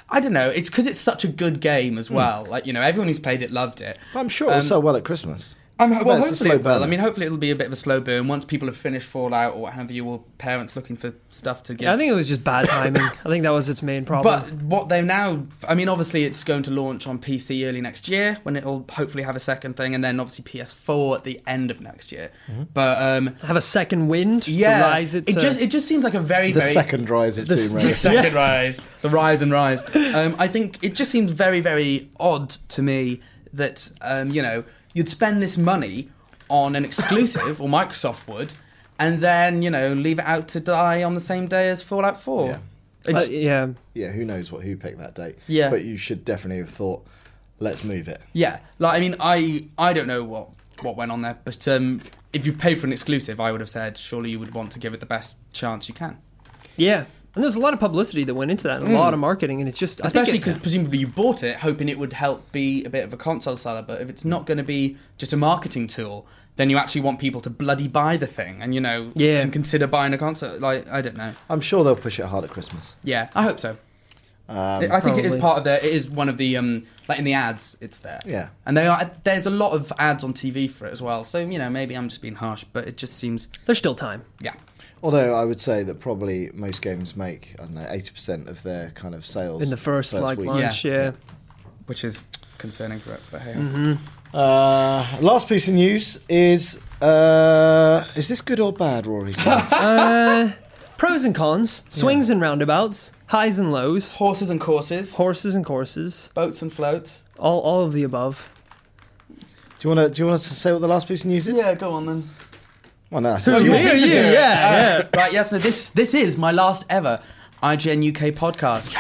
S3: I don't know. It's because it's such a good game as well. Like you know, everyone who's played it loved it.
S1: I'm sure it'll sell well at Christmas.
S3: Um,
S1: I
S3: well,
S1: bet it's a
S3: hopefully
S1: slow
S3: it will. I
S1: burner.
S3: mean, hopefully it'll be a bit of a slow burn once people have finished Fallout or what have you, or parents looking for stuff to give.
S2: I think it was just bad timing. I think that was its main problem.
S3: but what they've now, I mean, obviously it's going to launch on PC early next year when it'll hopefully have a second thing, and then obviously PS4 at the end of next year.
S1: Mm-hmm.
S3: But um,
S2: have a second wind. to
S3: yeah,
S2: rise it.
S3: it
S2: to-
S3: just it just seems like a very
S1: The
S3: very
S1: second rise at
S3: the,
S1: Tomb
S3: the
S1: Raider.
S3: second rise, the rise and rise. Um, I think it just seems very, very odd to me that um, you know you'd spend this money on an exclusive, or Microsoft would, and then you know leave it out to die on the same day as Fallout Four.
S1: Yeah.
S2: Uh,
S3: It's-
S2: yeah.
S1: Yeah, who knows what who picked that date?
S3: Yeah.
S1: but you should definitely have thought, let's move it.
S3: yeah, like I mean, I I don't know what what went on there, but um, if you've paid for an exclusive, I would have said surely you would want to give it the best chance you can.
S2: Yeah. And there's a lot of publicity that went into that, and a lot of marketing, and it's just I think
S3: Mm. Especially
S2: it-
S3: because presumably you bought it hoping it would help be a bit of a console seller, but if it's not going to be just a marketing tool, then you actually want people to bloody buy the thing and you know
S2: Yeah.
S3: and consider buying a console. Like I don't know.
S1: I'm sure they'll push it hard at Christmas.
S3: Yeah, I hope so.
S1: Um,
S3: I think it
S2: probably.
S3: is part of the. It is one of the um like in the ads. It's there.
S1: Yeah.
S3: and they are. There's a lot of ads on TV for it as well. So you know maybe I'm just being harsh, but it just seems
S2: there's still time.
S3: yeah.
S1: Although I would say that probably most games make I don't know eighty percent of their kind of sales
S2: in the first, like
S1: week.
S2: launch. Yeah.
S3: Yeah. Which is concerning for it, but hey.
S1: Uh, last piece of news is uh, is this good or bad, Rory?
S2: Pros and cons, swings and roundabouts, highs and lows,
S3: Horses and courses,
S2: horses and courses,
S3: boats and floats.
S2: all all of the above.
S1: Do you want to do you want to say what the last piece of news is?
S3: Yeah, go on then.
S1: Well, no. I said, do
S3: Do
S1: you
S3: you
S2: me?
S1: want-
S3: want me
S2: yeah,
S3: to do
S2: yeah,
S3: it?
S2: yeah,
S3: Uh, Right, yes, no, this this is my last ever IGN UK podcast.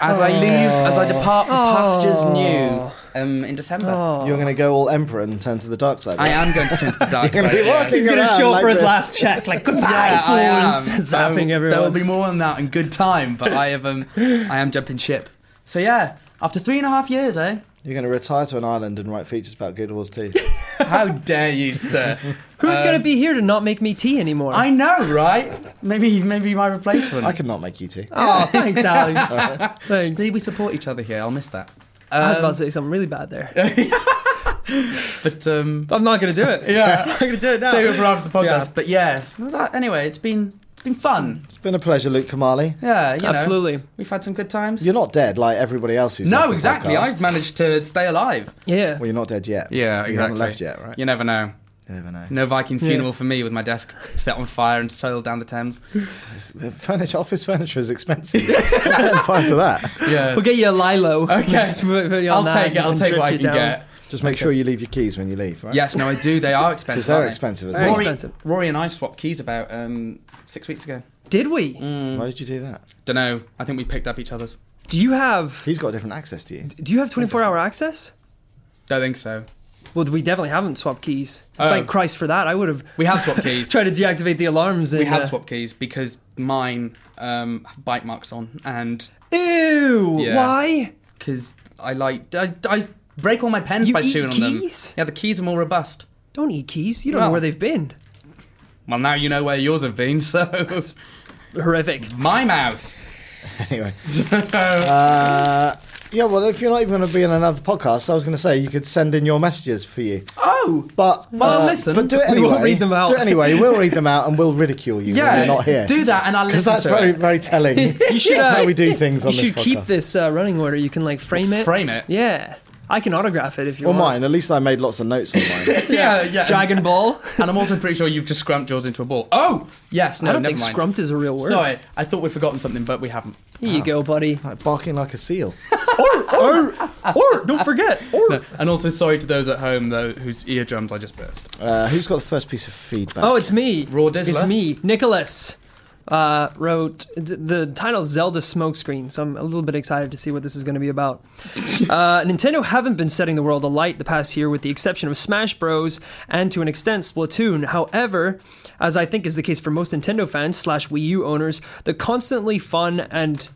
S3: As
S2: Oh.
S3: I leave, as I depart for pastures new um, in December.
S2: Oh.
S1: You're going to go all emperor and turn to the dark side.
S3: I am going to turn to the dark
S1: You're
S3: side.
S1: gonna be
S3: yeah.
S1: walking around like this.
S2: check, like goodbye,
S3: Yeah, I am. There will-
S2: zapping
S3: There will
S2: everyone.
S3: be more on that in good time, but I have um, I am jumping ship. So yeah, after three and a half years, eh?
S1: You're going to retire to an island and write features about Guild Wars 2.
S3: How dare you, sir?
S2: Who's gonna be here to not make me tea anymore?
S3: uh, I know, right? Maybe maybe my replacement.
S1: I could not make you two.
S2: oh, thanks, Alex. thanks.
S3: See, we um, support each other here. I'll miss that.
S2: I was about to say something really bad there.
S3: But um,
S2: I'm not gonna do it.
S3: Yeah.
S2: I'm not gonna do it now.
S3: save it for after the podcast.
S2: Yeah.
S3: But yeah, so that, anyway, it's been it's been fun.
S1: It's been a pleasure, Luke Kamali.
S3: Yeah, you know,
S2: Absolutely.
S3: We've had some good times.
S1: You're not dead like everybody else who's left
S3: no,
S1: the
S3: exactly.
S1: podcast.
S3: I've managed to stay alive.
S2: Yeah.
S1: Well, you're not dead yet. You haven't left yet, right?
S3: You never know.
S1: You never know.
S3: No Viking funeral for me with my desk set on fire and soiled down the Thames.
S1: The uh, Furniture, office furniture is expensive. I'll set fire to that.
S3: Yeah.
S2: We'll get you a Lilo. Just put- put you on
S3: I'll
S2: that
S3: take it. I'll
S2: and
S3: take
S2: drift
S3: what I
S2: you
S3: can
S2: down.
S3: get.
S1: Just make sure you leave your keys when you leave, right?
S3: Yes, no, I do. They are
S1: Because
S3: expensive.
S1: they're
S3: aren't they?
S1: expensive as
S2: Very
S1: well.
S3: Rory,
S2: expensive.
S3: Rory and I swapped keys about um, six weeks ago.
S2: Did we?
S3: Mm.
S1: Why did you do that?
S3: Don't know. I think we picked up each other's.
S2: Do you have
S1: He's got different access to you.
S2: Do you have 24 hour access?
S3: Don't think so.
S2: Well, we definitely haven't swapped keys.
S3: Oh.
S2: Thank Christ for that. I would have
S3: We have swapped keys.
S2: tried to deactivate the alarms. And,
S3: We have
S2: uh,
S3: swapped keys because mine um, have bite marks on, and
S2: Ew!
S3: Yeah.
S2: Why?
S3: because I like I, I break all my pens
S2: You
S3: by
S2: eat
S3: chewing on them.
S2: keys?
S3: Yeah, the keys are more robust.
S2: Don't eat keys. You don't know
S3: Well.
S2: where they've been.
S3: Well, now you know where yours have been. So
S2: Horrific.
S3: my mouth.
S1: Anyway. Uh, yeah, well, if you're not even going to be in another podcast, I was going to say you could send in your messages for you.
S3: oh,
S1: But
S3: Well,
S1: uh,
S3: listen,
S1: But do it anyway.
S2: we won't read them out.
S1: Do it anyway. We'll read them out and we'll ridicule you
S3: yeah.
S1: when you're not here.
S3: Do that, and I'll
S1: because
S3: listen
S1: that's
S3: to
S1: very
S3: it.
S1: very telling.
S2: You should.
S1: that's
S2: uh,
S1: how we do things on
S2: you
S1: this
S2: should keep
S1: podcast.
S2: this uh, running order. You can like frame it.
S3: Frame it.
S2: Yeah. I can autograph it if you
S1: Or
S2: want.
S1: mine. At least I made lots of notes on mine.
S3: Yeah, yeah.
S2: Dragon Ball.
S3: And I'm also pretty sure you've just scrumped yours into a ball. Oh, yes. No,
S2: I don't
S3: never
S2: think
S3: mind.
S2: scrumped is a real word.
S3: Sorry, I thought we'd forgotten something, but we haven't.
S2: Here you go, buddy.
S1: like barking like a seal.
S2: or, or, or, don't forget. Or.
S3: And also, sorry to those at home though whose eardrums I just burst.
S1: Uh, who's got the first piece of feedback?
S2: Oh, it's me.
S3: Raw Dizzler.
S2: It's me, Nicholas. Uh, wrote th- the title Zelda Smokescreen, so I'm a little bit excited to see what this is going to be about. uh, Nintendo haven't been setting the world alight the past year, with the exception of Smash Bros. and to an extent Splatoon. However, as I think is the case for most Nintendo fans slash Wii U owners, the constantly fun and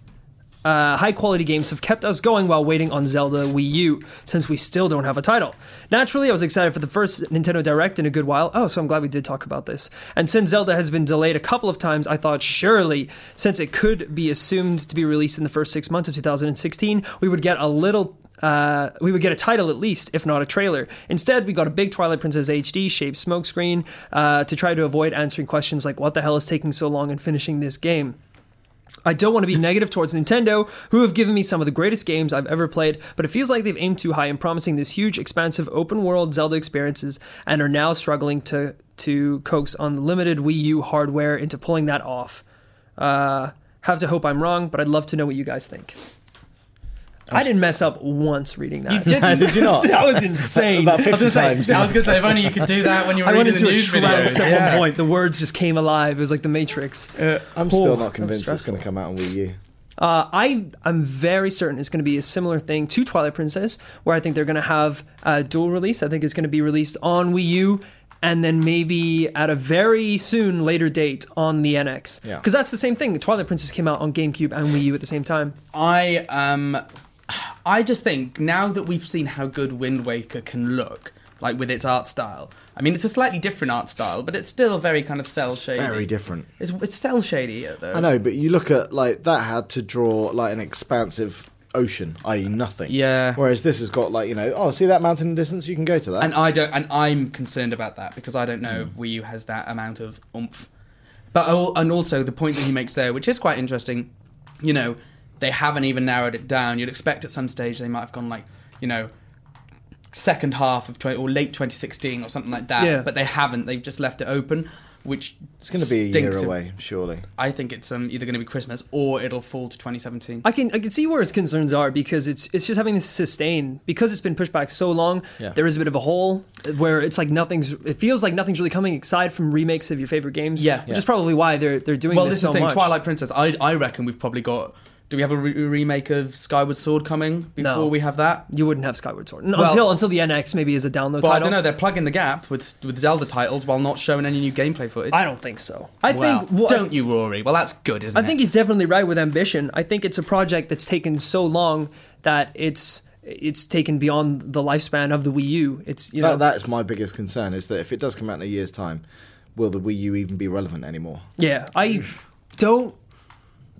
S2: uh, high quality games have kept us going while waiting on Zelda Wii U, since we still don't have a title. Naturally, I was excited for the first Nintendo Direct in a good while. Oh, so I'm glad we did talk about this. And since Zelda has been delayed a couple of times, I thought surely, since it could be assumed to be released in the first six months of 2016, we would get a little uh, we would get a title at least, if not a trailer. Instead, we got a big Twilight Princess HD shaped smokescreen uh, to try to avoid answering questions like, what the hell is taking so long in finishing this game? I don't want to be negative towards Nintendo, who have given me some of the greatest games I've ever played, but it feels like they've aimed too high in promising this huge, expansive open world Zelda experiences and are now struggling to, to coax on limited Wii U hardware into pulling that off. Uh, have to hope I'm wrong, but I'd love to know what you guys think. I didn't mess up once reading that.
S1: Did you not?
S2: That was insane.
S1: About
S3: I
S1: 50
S3: was gonna say,
S1: times.
S3: I was gonna say, if only you could do that when you were
S2: I went
S3: reading the
S2: into a
S3: news
S2: trance
S3: videos.
S2: at
S3: Yeah. Uh,
S2: one point. The words just came alive. It was like the Matrix.
S1: I'm still
S2: that was
S1: not convinced it's going to come out on Wii U.
S2: Uh, I am very certain it's going to be a similar thing to Twilight Princess, where I think they're going to have a dual release. I think it's going to be released on Wii U and then maybe at a very soon later date on the NX.
S1: Yeah.
S2: Because that's the same thing. Twilight Princess came out on GameCube and Wii U at the same time.
S3: I um, I just think now that we've seen how good Wind Waker can look, like with its art style. I mean, it's a slightly different art style, but it's still very kind of cell shady.
S1: Very different.
S3: It's, it's cell shady though.
S1: I know, but you look at like that had to draw like an expansive ocean, i.e., nothing.
S3: Yeah.
S1: Whereas this has got like you know, oh, see that mountain in the distance? You can go to that.
S3: And I don't, and I'm concerned about that because I don't know
S1: Mm.
S3: if Wii U has that amount of oomph. But oh, and also the point that he makes there, which is quite interesting, you know, they haven't even narrowed it down. You'd expect at some stage they might have gone like, you know, second half of 20 or late 2016 or something like that.
S2: Yeah.
S3: But they haven't. They've just left it open, which
S1: it's going to be a year
S3: stinks of-
S1: away, surely.
S3: I think it's um, either going to be Christmas or it'll fall to 2017.
S2: I can I can see where his concerns are because it's it's just having this sustain because it's been pushed back so long.
S1: Yeah.
S2: There is a bit of a hole where it's like nothing's. It feels like nothing's really coming aside from remakes of your favorite games.
S3: Yeah.
S2: which is probably why they're they're doing
S3: well,
S2: this
S3: this is
S2: so
S3: the thing.
S2: much.
S3: Twilight Princess. I, I reckon we've probably got. Do we have a re- remake of Skyward Sword coming before
S2: No.
S3: we have that?
S2: You wouldn't have Skyward Sword N-
S3: Well-
S2: until until the NX maybe is a download
S3: Well, I
S2: title.
S3: don't know. They're plugging the gap with with Zelda titles while not showing any new gameplay footage.
S2: I don't think so. I
S3: Well,
S2: think what,
S3: don't you, Rory? Well, that's good, isn't
S2: I
S3: it?
S2: think he's definitely right with ambition. I think it's a project that's taken so long that it's it's taken beyond the lifespan of the Wii U. It's you know
S1: That, that is my biggest concern: is that if it does come out in a year's time, will the Wii U even be relevant anymore?
S2: Yeah, I don't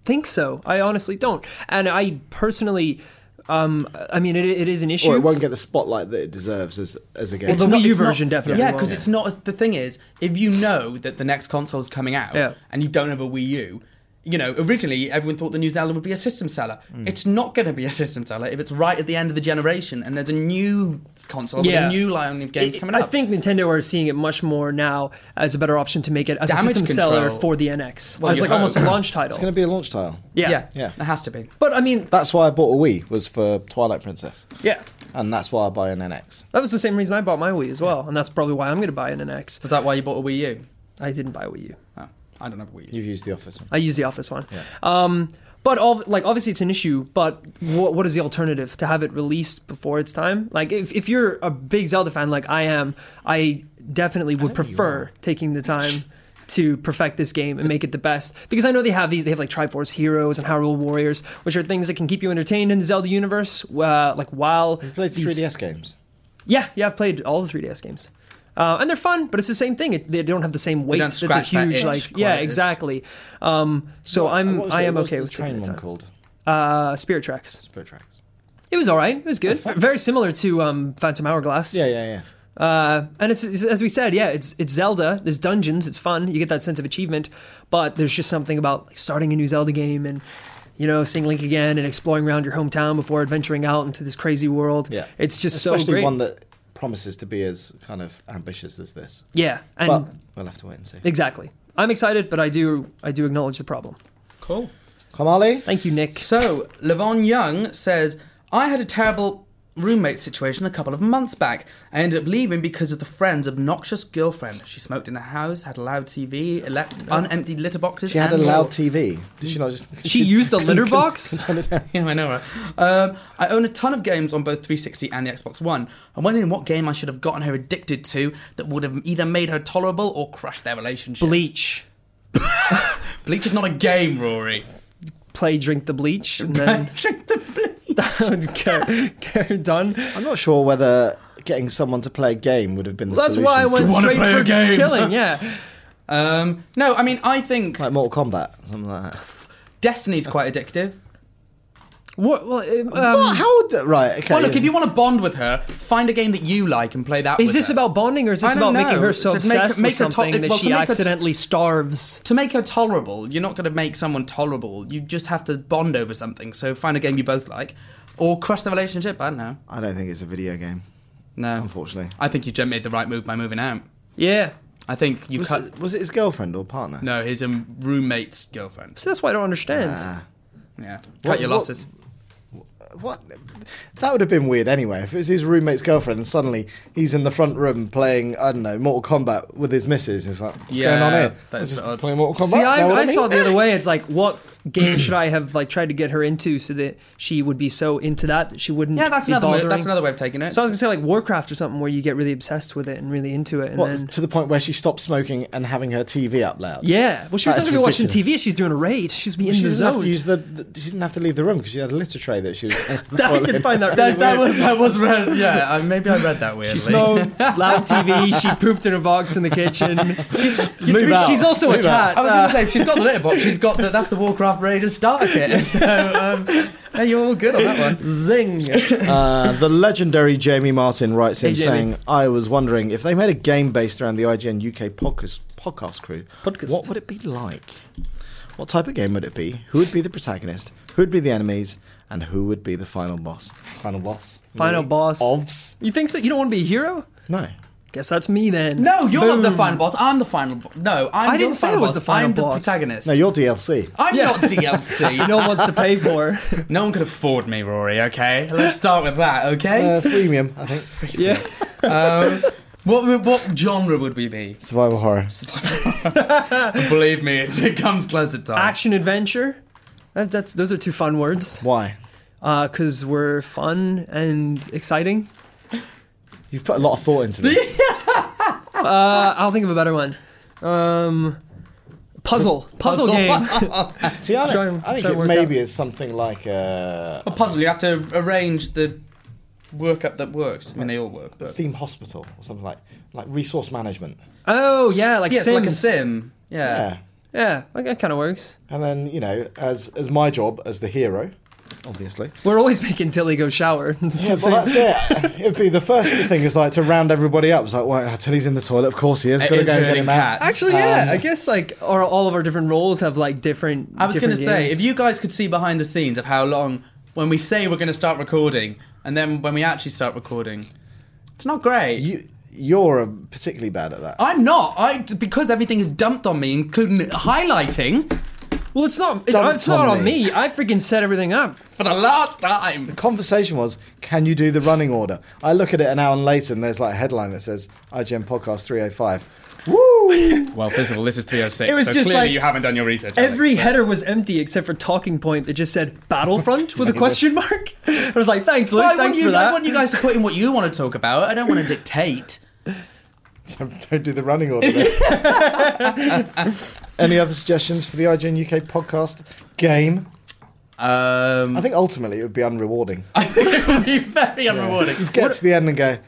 S2: think so. I honestly don't. And I personally, um, I mean, it, it is an issue.
S1: Or it won't get the spotlight that it deserves as as a game.
S2: It's The Wii U version definitely
S3: Yeah,
S2: won't.
S3: because it's not. as- The thing is, if you know that the next console is coming out
S2: Yeah.
S3: and you don't have a Wii U, you know, originally everyone thought the new Zelda would be a system seller.
S2: Hmm.
S3: It's not going to be a system seller if it's right at the end of the generation and there's a new console
S2: Yeah.
S3: with a new line of games
S2: It-
S3: coming
S2: I
S3: up.
S2: think Nintendo are seeing it much more now as a better option to make it as a
S3: damage
S2: system
S3: control.
S2: seller for the NX.
S3: Well,
S2: it's
S3: you
S2: like almost a
S3: hope.
S2: launch title.
S1: It's going to be a launch title.
S2: yeah.
S3: yeah,
S1: Yeah.
S3: it has to be.
S2: But I mean,
S1: That's why I bought a Wii was for Twilight Princess,
S2: yeah,
S1: and that's why I buy an NX.
S2: that was the same reason I bought my Wii as well, and that's probably why I'm going to buy an NX.
S3: Was that why you bought a Wii U?
S2: I didn't buy a Wii U.
S3: Oh, I don't have a Wii U.
S1: You've used the office.
S2: I use the office one. Um, but all, like obviously it's an issue. But what what is the alternative to have it released before its time? Like if, if you're a big Zelda fan like I am, I definitely would prefer taking the time to perfect this game and make it the best because I know they have these they have like Triforce Heroes and Hyrule Warriors, which are things that can keep you entertained in the Zelda universe. Uh, like while
S1: You played
S2: these-
S1: 3DS games.
S2: yeah, yeah, I've played all the 3DS games. Uh, and they're fun, but it's the same thing. It, they don't have the same weight.
S3: don't
S2: that the
S3: scratch that
S2: huge,
S3: itch
S2: like,
S3: quite
S2: yeah,
S3: as-
S2: exactly. Um, so I'm,
S1: What was
S2: I
S1: it-
S2: am
S1: what was
S2: okay
S1: the
S2: with
S1: train
S2: taking the
S1: one
S2: time.
S1: called
S2: Uh, Spirit Tracks.
S1: Spirit Tracks.
S2: It was all right. It was good. Very similar to um, Phantom Hourglass.
S1: Yeah, yeah, yeah.
S2: Uh, and it's, it's as we said, yeah, it's it's Zelda. There's dungeons. It's fun. You get that sense of achievement, but there's just something about like, starting a new Zelda game and you know seeing Link again and exploring around your hometown before adventuring out into this crazy world.
S1: Yeah.
S2: it's just so
S1: Especially
S2: great.
S1: one that promises to be as kind of ambitious as this.
S2: yeah, and
S1: But we'll have to wait and see.
S2: Exactly. I'm excited, but I do I do acknowledge the problem.
S3: Cool.
S1: Kamali?
S2: Thank you, Nick.
S3: So, Levon Young says, I had a terrible roommate situation a couple of months back. I ended up leaving because of the friend's obnoxious girlfriend. She smoked in the house, had a loud TV, ele- unemptied litter boxes.
S1: She had a
S3: and
S1: loud TV. Did she not just?
S2: She used a litter box.
S3: yeah, I know, right? Um, I own a ton of games on both 360 and the Xbox One. I'm wondering what game I should have gotten her addicted to that would have either made her tolerable or crushed their relationship.
S2: Bleach.
S3: Bleach is not a game, Rory.
S2: play Drink the Bleach, and then
S3: Drink the bleach.
S2: that would go, go done.
S1: I'm not sure whether getting someone to play a game would have been the
S2: That's
S1: solution.
S2: why
S1: to-
S2: I went
S3: you wanna
S2: straight
S3: play a
S2: for
S3: game?
S2: killing. Yeah,
S3: Um, no, I mean, I think
S1: like Mortal Kombat, something like that.
S3: Destiny's quite addictive.
S2: what? Well, um,
S1: What? How would that? Right. Okay.
S3: Well, look, if you want to bond with her, find a game that you like and play that.
S2: Is
S3: with
S2: this
S3: her.
S2: about bonding, or is
S3: I
S2: this
S3: don't
S2: about making
S3: know.
S2: her so
S3: To make-
S2: obsessed
S3: make
S2: with
S3: her to-
S2: something that
S3: well, to
S2: she
S3: make her t-
S2: accidentally starves?
S3: to make her tolerable? You're not going to make someone tolerable. You just have to bond over something. So find a game you both like, or crush the relationship. I don't know.
S1: I don't think it's a video game,
S3: No,
S1: unfortunately.
S3: I think you just made the right move by moving out.
S2: Yeah,
S3: I think you
S1: Was
S3: cut.
S1: it, was it his girlfriend or partner?
S3: No, his um, roommate's girlfriend.
S2: so that's why I don't understand.
S1: Ah.
S3: Yeah, cut
S1: What-
S3: your
S1: what-
S3: losses.
S1: What? That would have been weird anyway. If it was his roommate's girlfriend, and suddenly he's in the front room playing, I don't know, Mortal Kombat with his missus. It's like, what's
S3: Yeah,
S1: going on here?
S3: that is
S1: Just
S3: odd.
S1: playing Mortal Kombat.
S2: See, I,
S1: Know what
S2: I saw
S1: mean?
S2: the other way. It's like, what game should I have like tried to get her into so that she would be so into that that she wouldn't?
S3: Yeah, that's
S2: be
S3: another. Way,
S2: bothering?
S3: that's another way of taking it.
S2: So I was gonna say like Warcraft or something where you get really obsessed with it and really into it, and
S1: What,
S2: then
S1: to the point where she stopped smoking and having her TV up loud.
S2: yeah. Well, she was
S1: That
S2: not
S1: is
S2: gonna be watching
S1: ridiculous.
S2: TV. She's doing a raid. She's be in
S1: She
S2: the
S1: doesn't have
S2: zone.
S1: to use the, the- She didn't have to leave the room because she had a litter tray that she was.
S2: I did find that really
S3: that, that
S2: weird.
S3: was that was read. Yeah, I, maybe I read that weirdly.
S2: She smoked loud TV. She pooped in a box in the kitchen. She's,
S1: Move out.
S2: she's also a
S1: Move out.
S2: cat.
S3: I was
S2: Uh,
S3: going to say, if she's got the litterbox, she's got the, that's the Warcraft Raiders starter kit. So, um, yeah, you're all good on that one.
S2: zing.
S1: Uh, the legendary Jamie Martin writes in
S2: Hey, Jamie.
S1: saying, "I was wondering if they made a game based around the IGN UK podcast podcast crew.
S2: Podcast.
S1: What would it be like? What type of game would it be? Who would be the protagonist? Who would be the enemies? And who would be the final boss? Final boss.
S2: Final boss.
S1: Ovs.
S2: You think so? You don't want to be a hero?
S1: No.
S2: Guess that's me then.
S3: No, you're not the
S2: Boom.
S3: final boss. I'm the final boss. No, I'm
S2: I
S3: your
S2: didn't say I was
S3: boss.
S2: the final
S3: I'm
S2: boss.
S3: the protagonist.
S1: No, you're DLC.
S3: I'm
S2: Yeah.
S3: not DLC.
S2: No one wants to pay for.
S3: no one could afford me, Rory, okay? Let's start with that, okay?
S1: Uh, freemium, I think.
S2: yeah.
S3: um, what, would- what genre would we be?
S1: Survival horror.
S3: Believe me, it comes closer time.
S2: Action adventure. That, that's those are two fun words.
S1: Why?
S2: Because we're fun and exciting.
S1: You've put a lot of thought into this.
S2: Uh, I'll think of a better one. Um, puzzle. Puzzle, game.
S1: See, I,
S2: Try
S1: don't, I think
S2: and- try and
S1: it
S2: work
S1: maybe is something like uh,
S3: a puzzle, you have to arrange the workup that works. I mean, they all work, but.
S1: theme hospital or something like like resource management.
S2: Oh yeah, like
S3: yes,
S2: Sims.
S3: like a sim.
S1: Yeah.
S2: Yeah, like that kind of works.
S1: And then you know, as as my job as the hero, obviously.
S2: We're always making Tilly go shower.
S1: Yeah, well, that's it. It'd be the first thing is like to round everybody up. It's like, well, Tilly's in the toilet. Of course he is.
S3: It
S1: Gotta
S3: is
S1: go and get
S3: herding
S1: him out.
S3: cats.
S2: Actually, yeah.
S1: Um,
S2: I guess like our, all of our different roles have like different.
S3: I was going to
S2: different
S3: say,
S2: games.
S3: if you guys could see behind the scenes of how long, when we say we're going to start recording, and then when we actually start recording, it's not great.
S1: You, you're uh, particularly bad at that.
S3: I'm not. I because everything is dumped on me, including highlighting
S2: well, it's not. It's,
S1: Don't
S2: it's not
S1: tell
S2: on
S1: me.
S2: me. I freaking set everything up.
S3: for the last time.
S1: Conversation was, can you do the running order? I look at it an hour later, and there's like a headline that says IGN Podcast 305. Woo!
S3: Well, first of all, this is 306,
S2: It was so just clearly like- you
S3: haven't done your research.
S2: Every header was empty except for talking point that just said Battlefront with a question mark. I was like, thanks, Luke.
S3: I want,
S2: thanks
S3: you,
S2: for
S3: I
S2: that.
S3: want you guys to put in what you want to talk about. I don't want to dictate.
S1: So don't do the running order. Then. Any other suggestions for the IGN UK podcast game?
S3: Um,
S1: I think ultimately it would be unrewarding.
S3: it would be very unrewarding.
S1: Get to the end and go.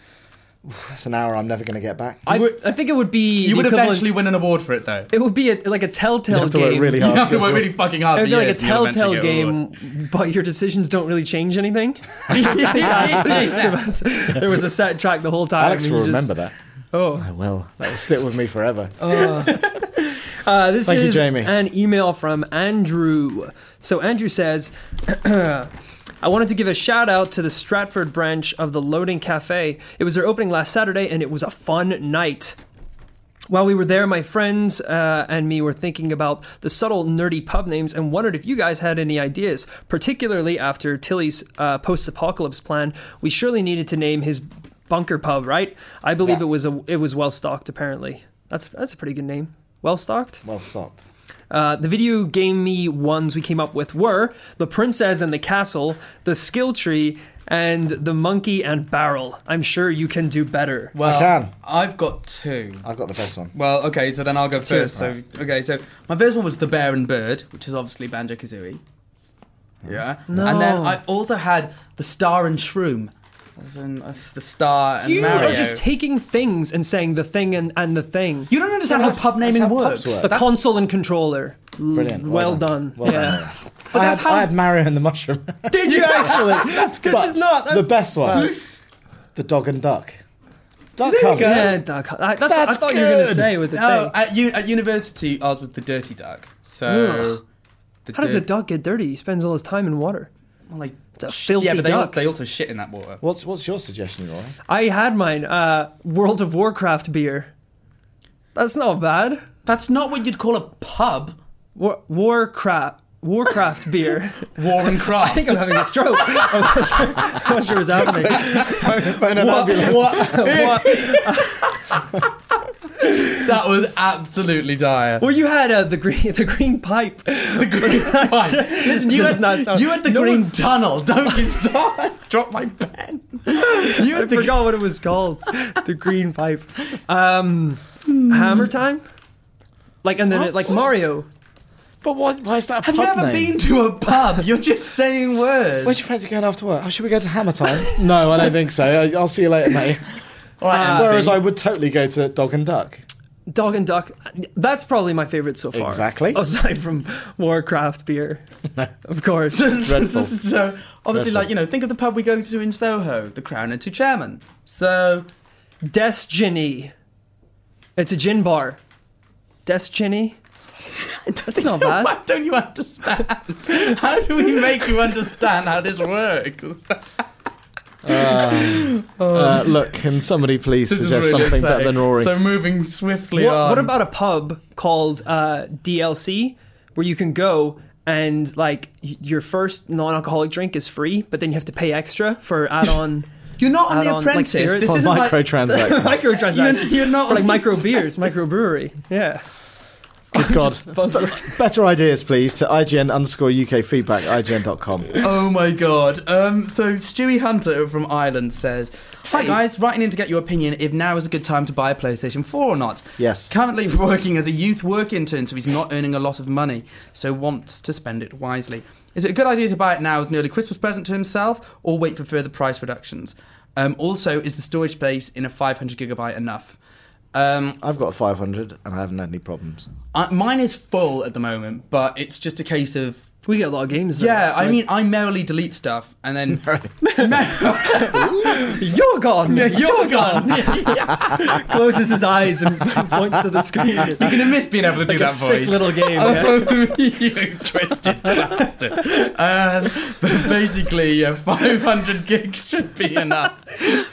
S1: That's an hour I'm never going to get back.
S2: I,
S3: would-
S2: I think it would be.
S3: You
S2: the
S3: would
S2: equivalent-
S3: eventually win an award for it, though.
S2: It would be a, like a telltale
S1: You have to
S2: game.
S1: work really
S3: You
S1: hard.
S3: have to work really fucking hard.
S2: It would be
S3: for
S2: like a
S3: years and you'll eventually
S2: telltale
S3: get an award.
S2: game, but your decisions don't really change anything. there,
S3: yeah.
S2: was, there was a set track the whole time.
S1: Alex
S2: and
S1: will
S2: you just-
S1: remember that.
S2: Oh,
S1: I will. That will stick with me forever.
S2: uh, this
S1: Thank you,
S2: is
S1: Jamie.
S2: an email from Andrew. So Andrew says, "I wanted to give a shout out to the Stratford branch of the Loading Cafe. It was their opening last Saturday, and it was a fun night." While we were there, my friends uh, and me were thinking about the subtle, nerdy pub names and wondered if you guys had any ideas, particularly after Tilly's uh, post apocalypse plan. We surely needed to name his bunker pub, right? I believe
S1: Yeah.
S2: it was a, it was well stocked, apparently. That's, that's a pretty good name. Well stocked?
S1: Well stopped.
S2: Uh, the video gamey ones we came up with were the princess and the castle, the skill tree, and the monkey and barrel. I'm sure you can do better.
S3: Well,
S1: I can.
S3: I've got two.
S1: I've got the best one.
S3: Well, okay, so then I'll go first. So, okay, so my first one was the Bear and Bird, which is obviously Banjo Kazooie.
S1: Hmm.
S3: Yeah. And then I also had the star and shroom. As in, that's the star and
S2: You
S3: Mario.
S2: are just taking things and saying the thing and, and the thing.
S3: you don't understand how
S1: That's-
S3: pub
S1: that's
S3: naming
S1: how pubs
S3: works.
S1: work.
S2: the
S3: That's-
S2: console and controller. Mm,
S1: Brilliant.
S2: Well,
S1: Well
S2: done.
S1: done. Well
S2: yeah.
S1: done.
S3: but
S1: I,
S3: that's
S1: had,
S3: how
S1: I had Mario and the mushroom.
S2: Did you actually? This
S1: But
S2: is not.
S1: the
S2: That's,
S1: best one. the dog and duck. Duck
S3: There you
S1: hunt.
S3: go.
S2: yeah, duck. I, that's, what I
S1: That's
S2: thought you were going to
S1: good.
S2: say with the
S3: No,
S2: thing.
S3: at, u- at university, ours was the dirty duck. So. the
S2: How does a
S3: dir-
S2: dog get dirty? He spends all his time in water.
S3: Well, like,
S2: a
S3: sh-
S2: filthy
S3: yeah, but they, al-
S2: duck.
S3: they also shit in that water.
S1: What's what's your suggestion, Rory?
S2: I had mine. Uh, World of Warcraft beer. That's not bad.
S3: That's not what you'd call a pub.
S2: War, Warcraft. Warcraft beer.
S3: War and
S2: I think
S3: cry.
S2: I'm having a stroke. I'm not sure, I'm not sure what's happening. What- what- what-
S3: that was absolutely dire.
S2: well, you had uh, the green the green pipe.
S3: the green pipe. Listen, you,
S2: Does
S3: had,
S2: not sound-
S3: you had the
S2: No
S3: green
S2: one-
S3: tunnel. Don't you stop? I dropped my pen. You
S2: I
S3: had the
S2: forgot what it was called. The green pipe. Um,
S3: Hmm.
S2: hammer time. Like and then it, like Mario.
S1: But why, why is that a
S3: Have you
S1: pub
S3: ever
S1: name?
S3: been to a pub? You're just saying words.
S1: Where's your friends going after work? Oh, should we go to Hammer Time? no, I don't think so. I, I'll see you later, mate.
S3: All right, MC.
S1: Whereas I would totally go to Dog and Duck.
S2: Dog and Duck. That's probably my favorite so far.
S1: Exactly.
S2: Aside from Warcraft beer. Of course.
S1: Dreadful.
S3: so obviously, like you know, think of the pub we go to in Soho, the Crown and Two Chairman. So
S2: Destiny. It's a gin bar. Destiny. That's not bad.
S3: why don't you understand? How do we make you understand how this works?
S1: Uh, look, can somebody please
S3: Oh. This is
S1: suggest
S3: really
S1: something better
S3: upsetting.
S1: than Rory?
S3: So moving swiftly
S2: What,
S3: on.
S2: what about a pub called uh, DLC where you can go and like y- your first non-alcoholic drink is free, but then you have to pay extra for add-on
S3: You're not on The
S2: add-on, like,
S3: Apprentice.
S2: spirits?
S3: this
S1: Oh,
S3: isn't like-
S1: microtransactions.
S2: microtransactions.
S3: You're- you're not-
S2: For, like micro beers, micro brewery. Yeah.
S1: Good God. Better ideas, please, to IGN underscore UK feedback, IGN.com.
S3: Oh my god. Um, so Stewie Hunter from Ireland says, "Hi guys, writing in to get your opinion if now is a good time to buy a PlayStation 4 or not.
S1: Yes.
S3: Currently working as a youth work intern, so he's not earning a lot of money, so wants to spend it wisely. Is it a good idea to buy it now as an early Christmas present to himself, or wait for further price reductions? Um, also, is the storage space in a 500 gigabyte enough?" Um,
S1: I've got 500 and I haven't had any problems.
S3: I, mine is full at the moment, but it's just a case of
S2: We get a lot of games. there.
S3: yeah. I
S2: Like,
S3: mean, I merrily delete stuff and then
S2: you're gone.
S3: you're gone.
S2: Closes his eyes and points to the screen.
S3: You're gonna miss being able to do
S2: Like a
S3: that
S2: sick
S3: voice.
S2: little game. yeah.
S3: Oh, you twisted bastard. Um, but basically, yeah, 500 gigs should be enough.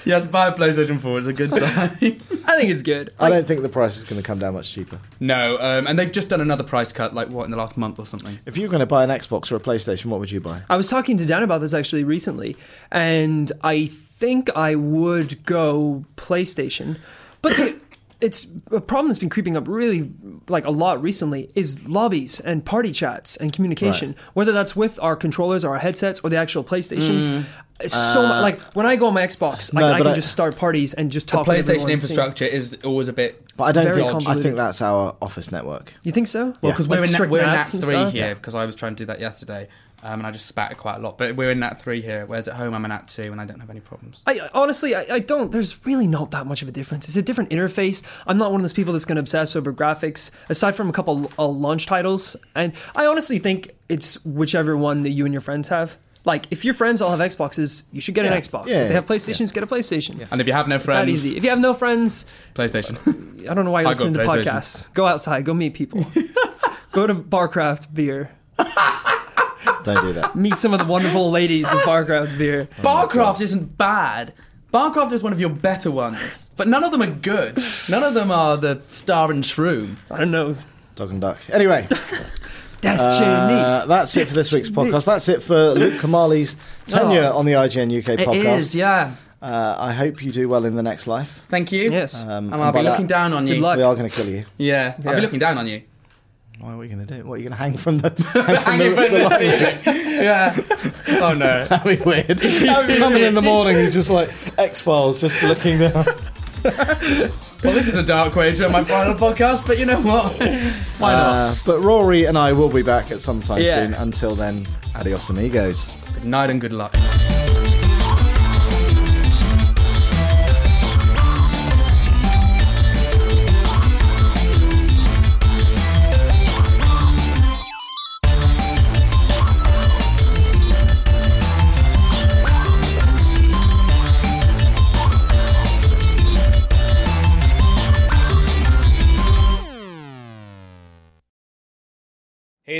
S3: Yes, buy a PlayStation 4. It's a good time.
S2: I think it's good.
S1: I don't think the price is going to come down much cheaper.
S3: no, um, and they've just done another price cut, like what, in the last month or something.
S1: If you were going to buy an Xbox or a PlayStation, what would you buy?
S2: I was talking to Dan about this actually recently, and I think I would go PlayStation, but the, it's a problem that's been creeping up really like a lot recently is lobbies and party chats and communication, whether that's with our controllers or our headsets or the actual PlayStations.
S3: Mm.
S2: It's so
S3: Uh,
S2: mu- like when I go on my Xbox, like,
S1: No,
S2: I
S1: but
S2: can
S1: I-
S2: just start parties and just talk. with everyone
S3: PlayStation
S2: and sing.
S3: infrastructure is always a bit.
S1: But I don't
S2: very
S1: think, I
S2: convoluted.
S1: think that's our office network.
S2: You think so?
S1: Yeah.
S3: Because we're,
S2: Like
S3: in that-
S2: strict
S3: we're in
S2: nats
S3: Act
S2: and
S3: 3
S2: stuff?
S3: here, because I was trying to do that yesterday, um, and I just spat quite a lot. But we're in Act 3 here, whereas at home I'm in Act 2 and I don't have any problems.
S2: I I- honestly, I, I don't. There's really not that much of a difference. It's a different interface. I'm not one of those people that's going to obsess over graphics, aside from a couple uh, launch titles. And I honestly think it's whichever one that you and your friends have. Like, if your friends all have Xboxes, you should get
S1: Yeah.
S2: an Xbox.
S1: Yeah,
S2: if they have
S1: yeah,
S2: PlayStations, get a PlayStation.
S3: And if you have no
S2: It's that
S3: friends,
S2: easy. If you have no friends,
S3: PlayStation.
S2: I don't know why you're
S3: I got
S2: listening to
S3: PlayStation.
S2: podcasts. Go outside. Go meet people. go to Barcraft Beer.
S1: Don't do that.
S2: Meet some of the wonderful ladies in Barcraft Beer.
S1: Oh
S3: Barcraft isn't bad. Barcraft is one of your better ones, but none of them are good. None of them are the star and shroom.
S2: I don't know.
S1: Dog and Duck. Anyway.
S2: That's
S3: E.
S2: Jamie.
S1: Uh, that's it for this week's podcast. That's it for Luke Kamali's tenure on the IGN UK
S3: Oh. It is,
S1: podcast.
S3: yeah.
S1: uh, I hope you do well in the next life.
S3: Thank you.
S2: Yes.
S1: Um,
S3: And I'll
S1: by
S3: be
S1: that-
S3: looking down on
S2: Good
S3: you.
S2: luck.
S1: We are going to kill you.
S3: Yeah, I'll
S2: Yeah.
S3: be looking down on you.
S1: Why are we going to do? What are you going to hang from the? Hang from the,
S3: Hanging from
S1: the
S3: the
S1: line?
S3: ceiling. yeah. Oh no.
S1: That'd be weird.
S3: be
S1: Coming
S3: weird.
S1: in the morning, he's just like X Files, just looking down.
S3: Well, this is a dark way to end my final podcast, but you know what? Why not?
S1: Uh, but Rory and I will be back at some time
S3: Yeah.
S1: soon. Until then, adios amigos.
S3: Good night and good luck.
S5: Hey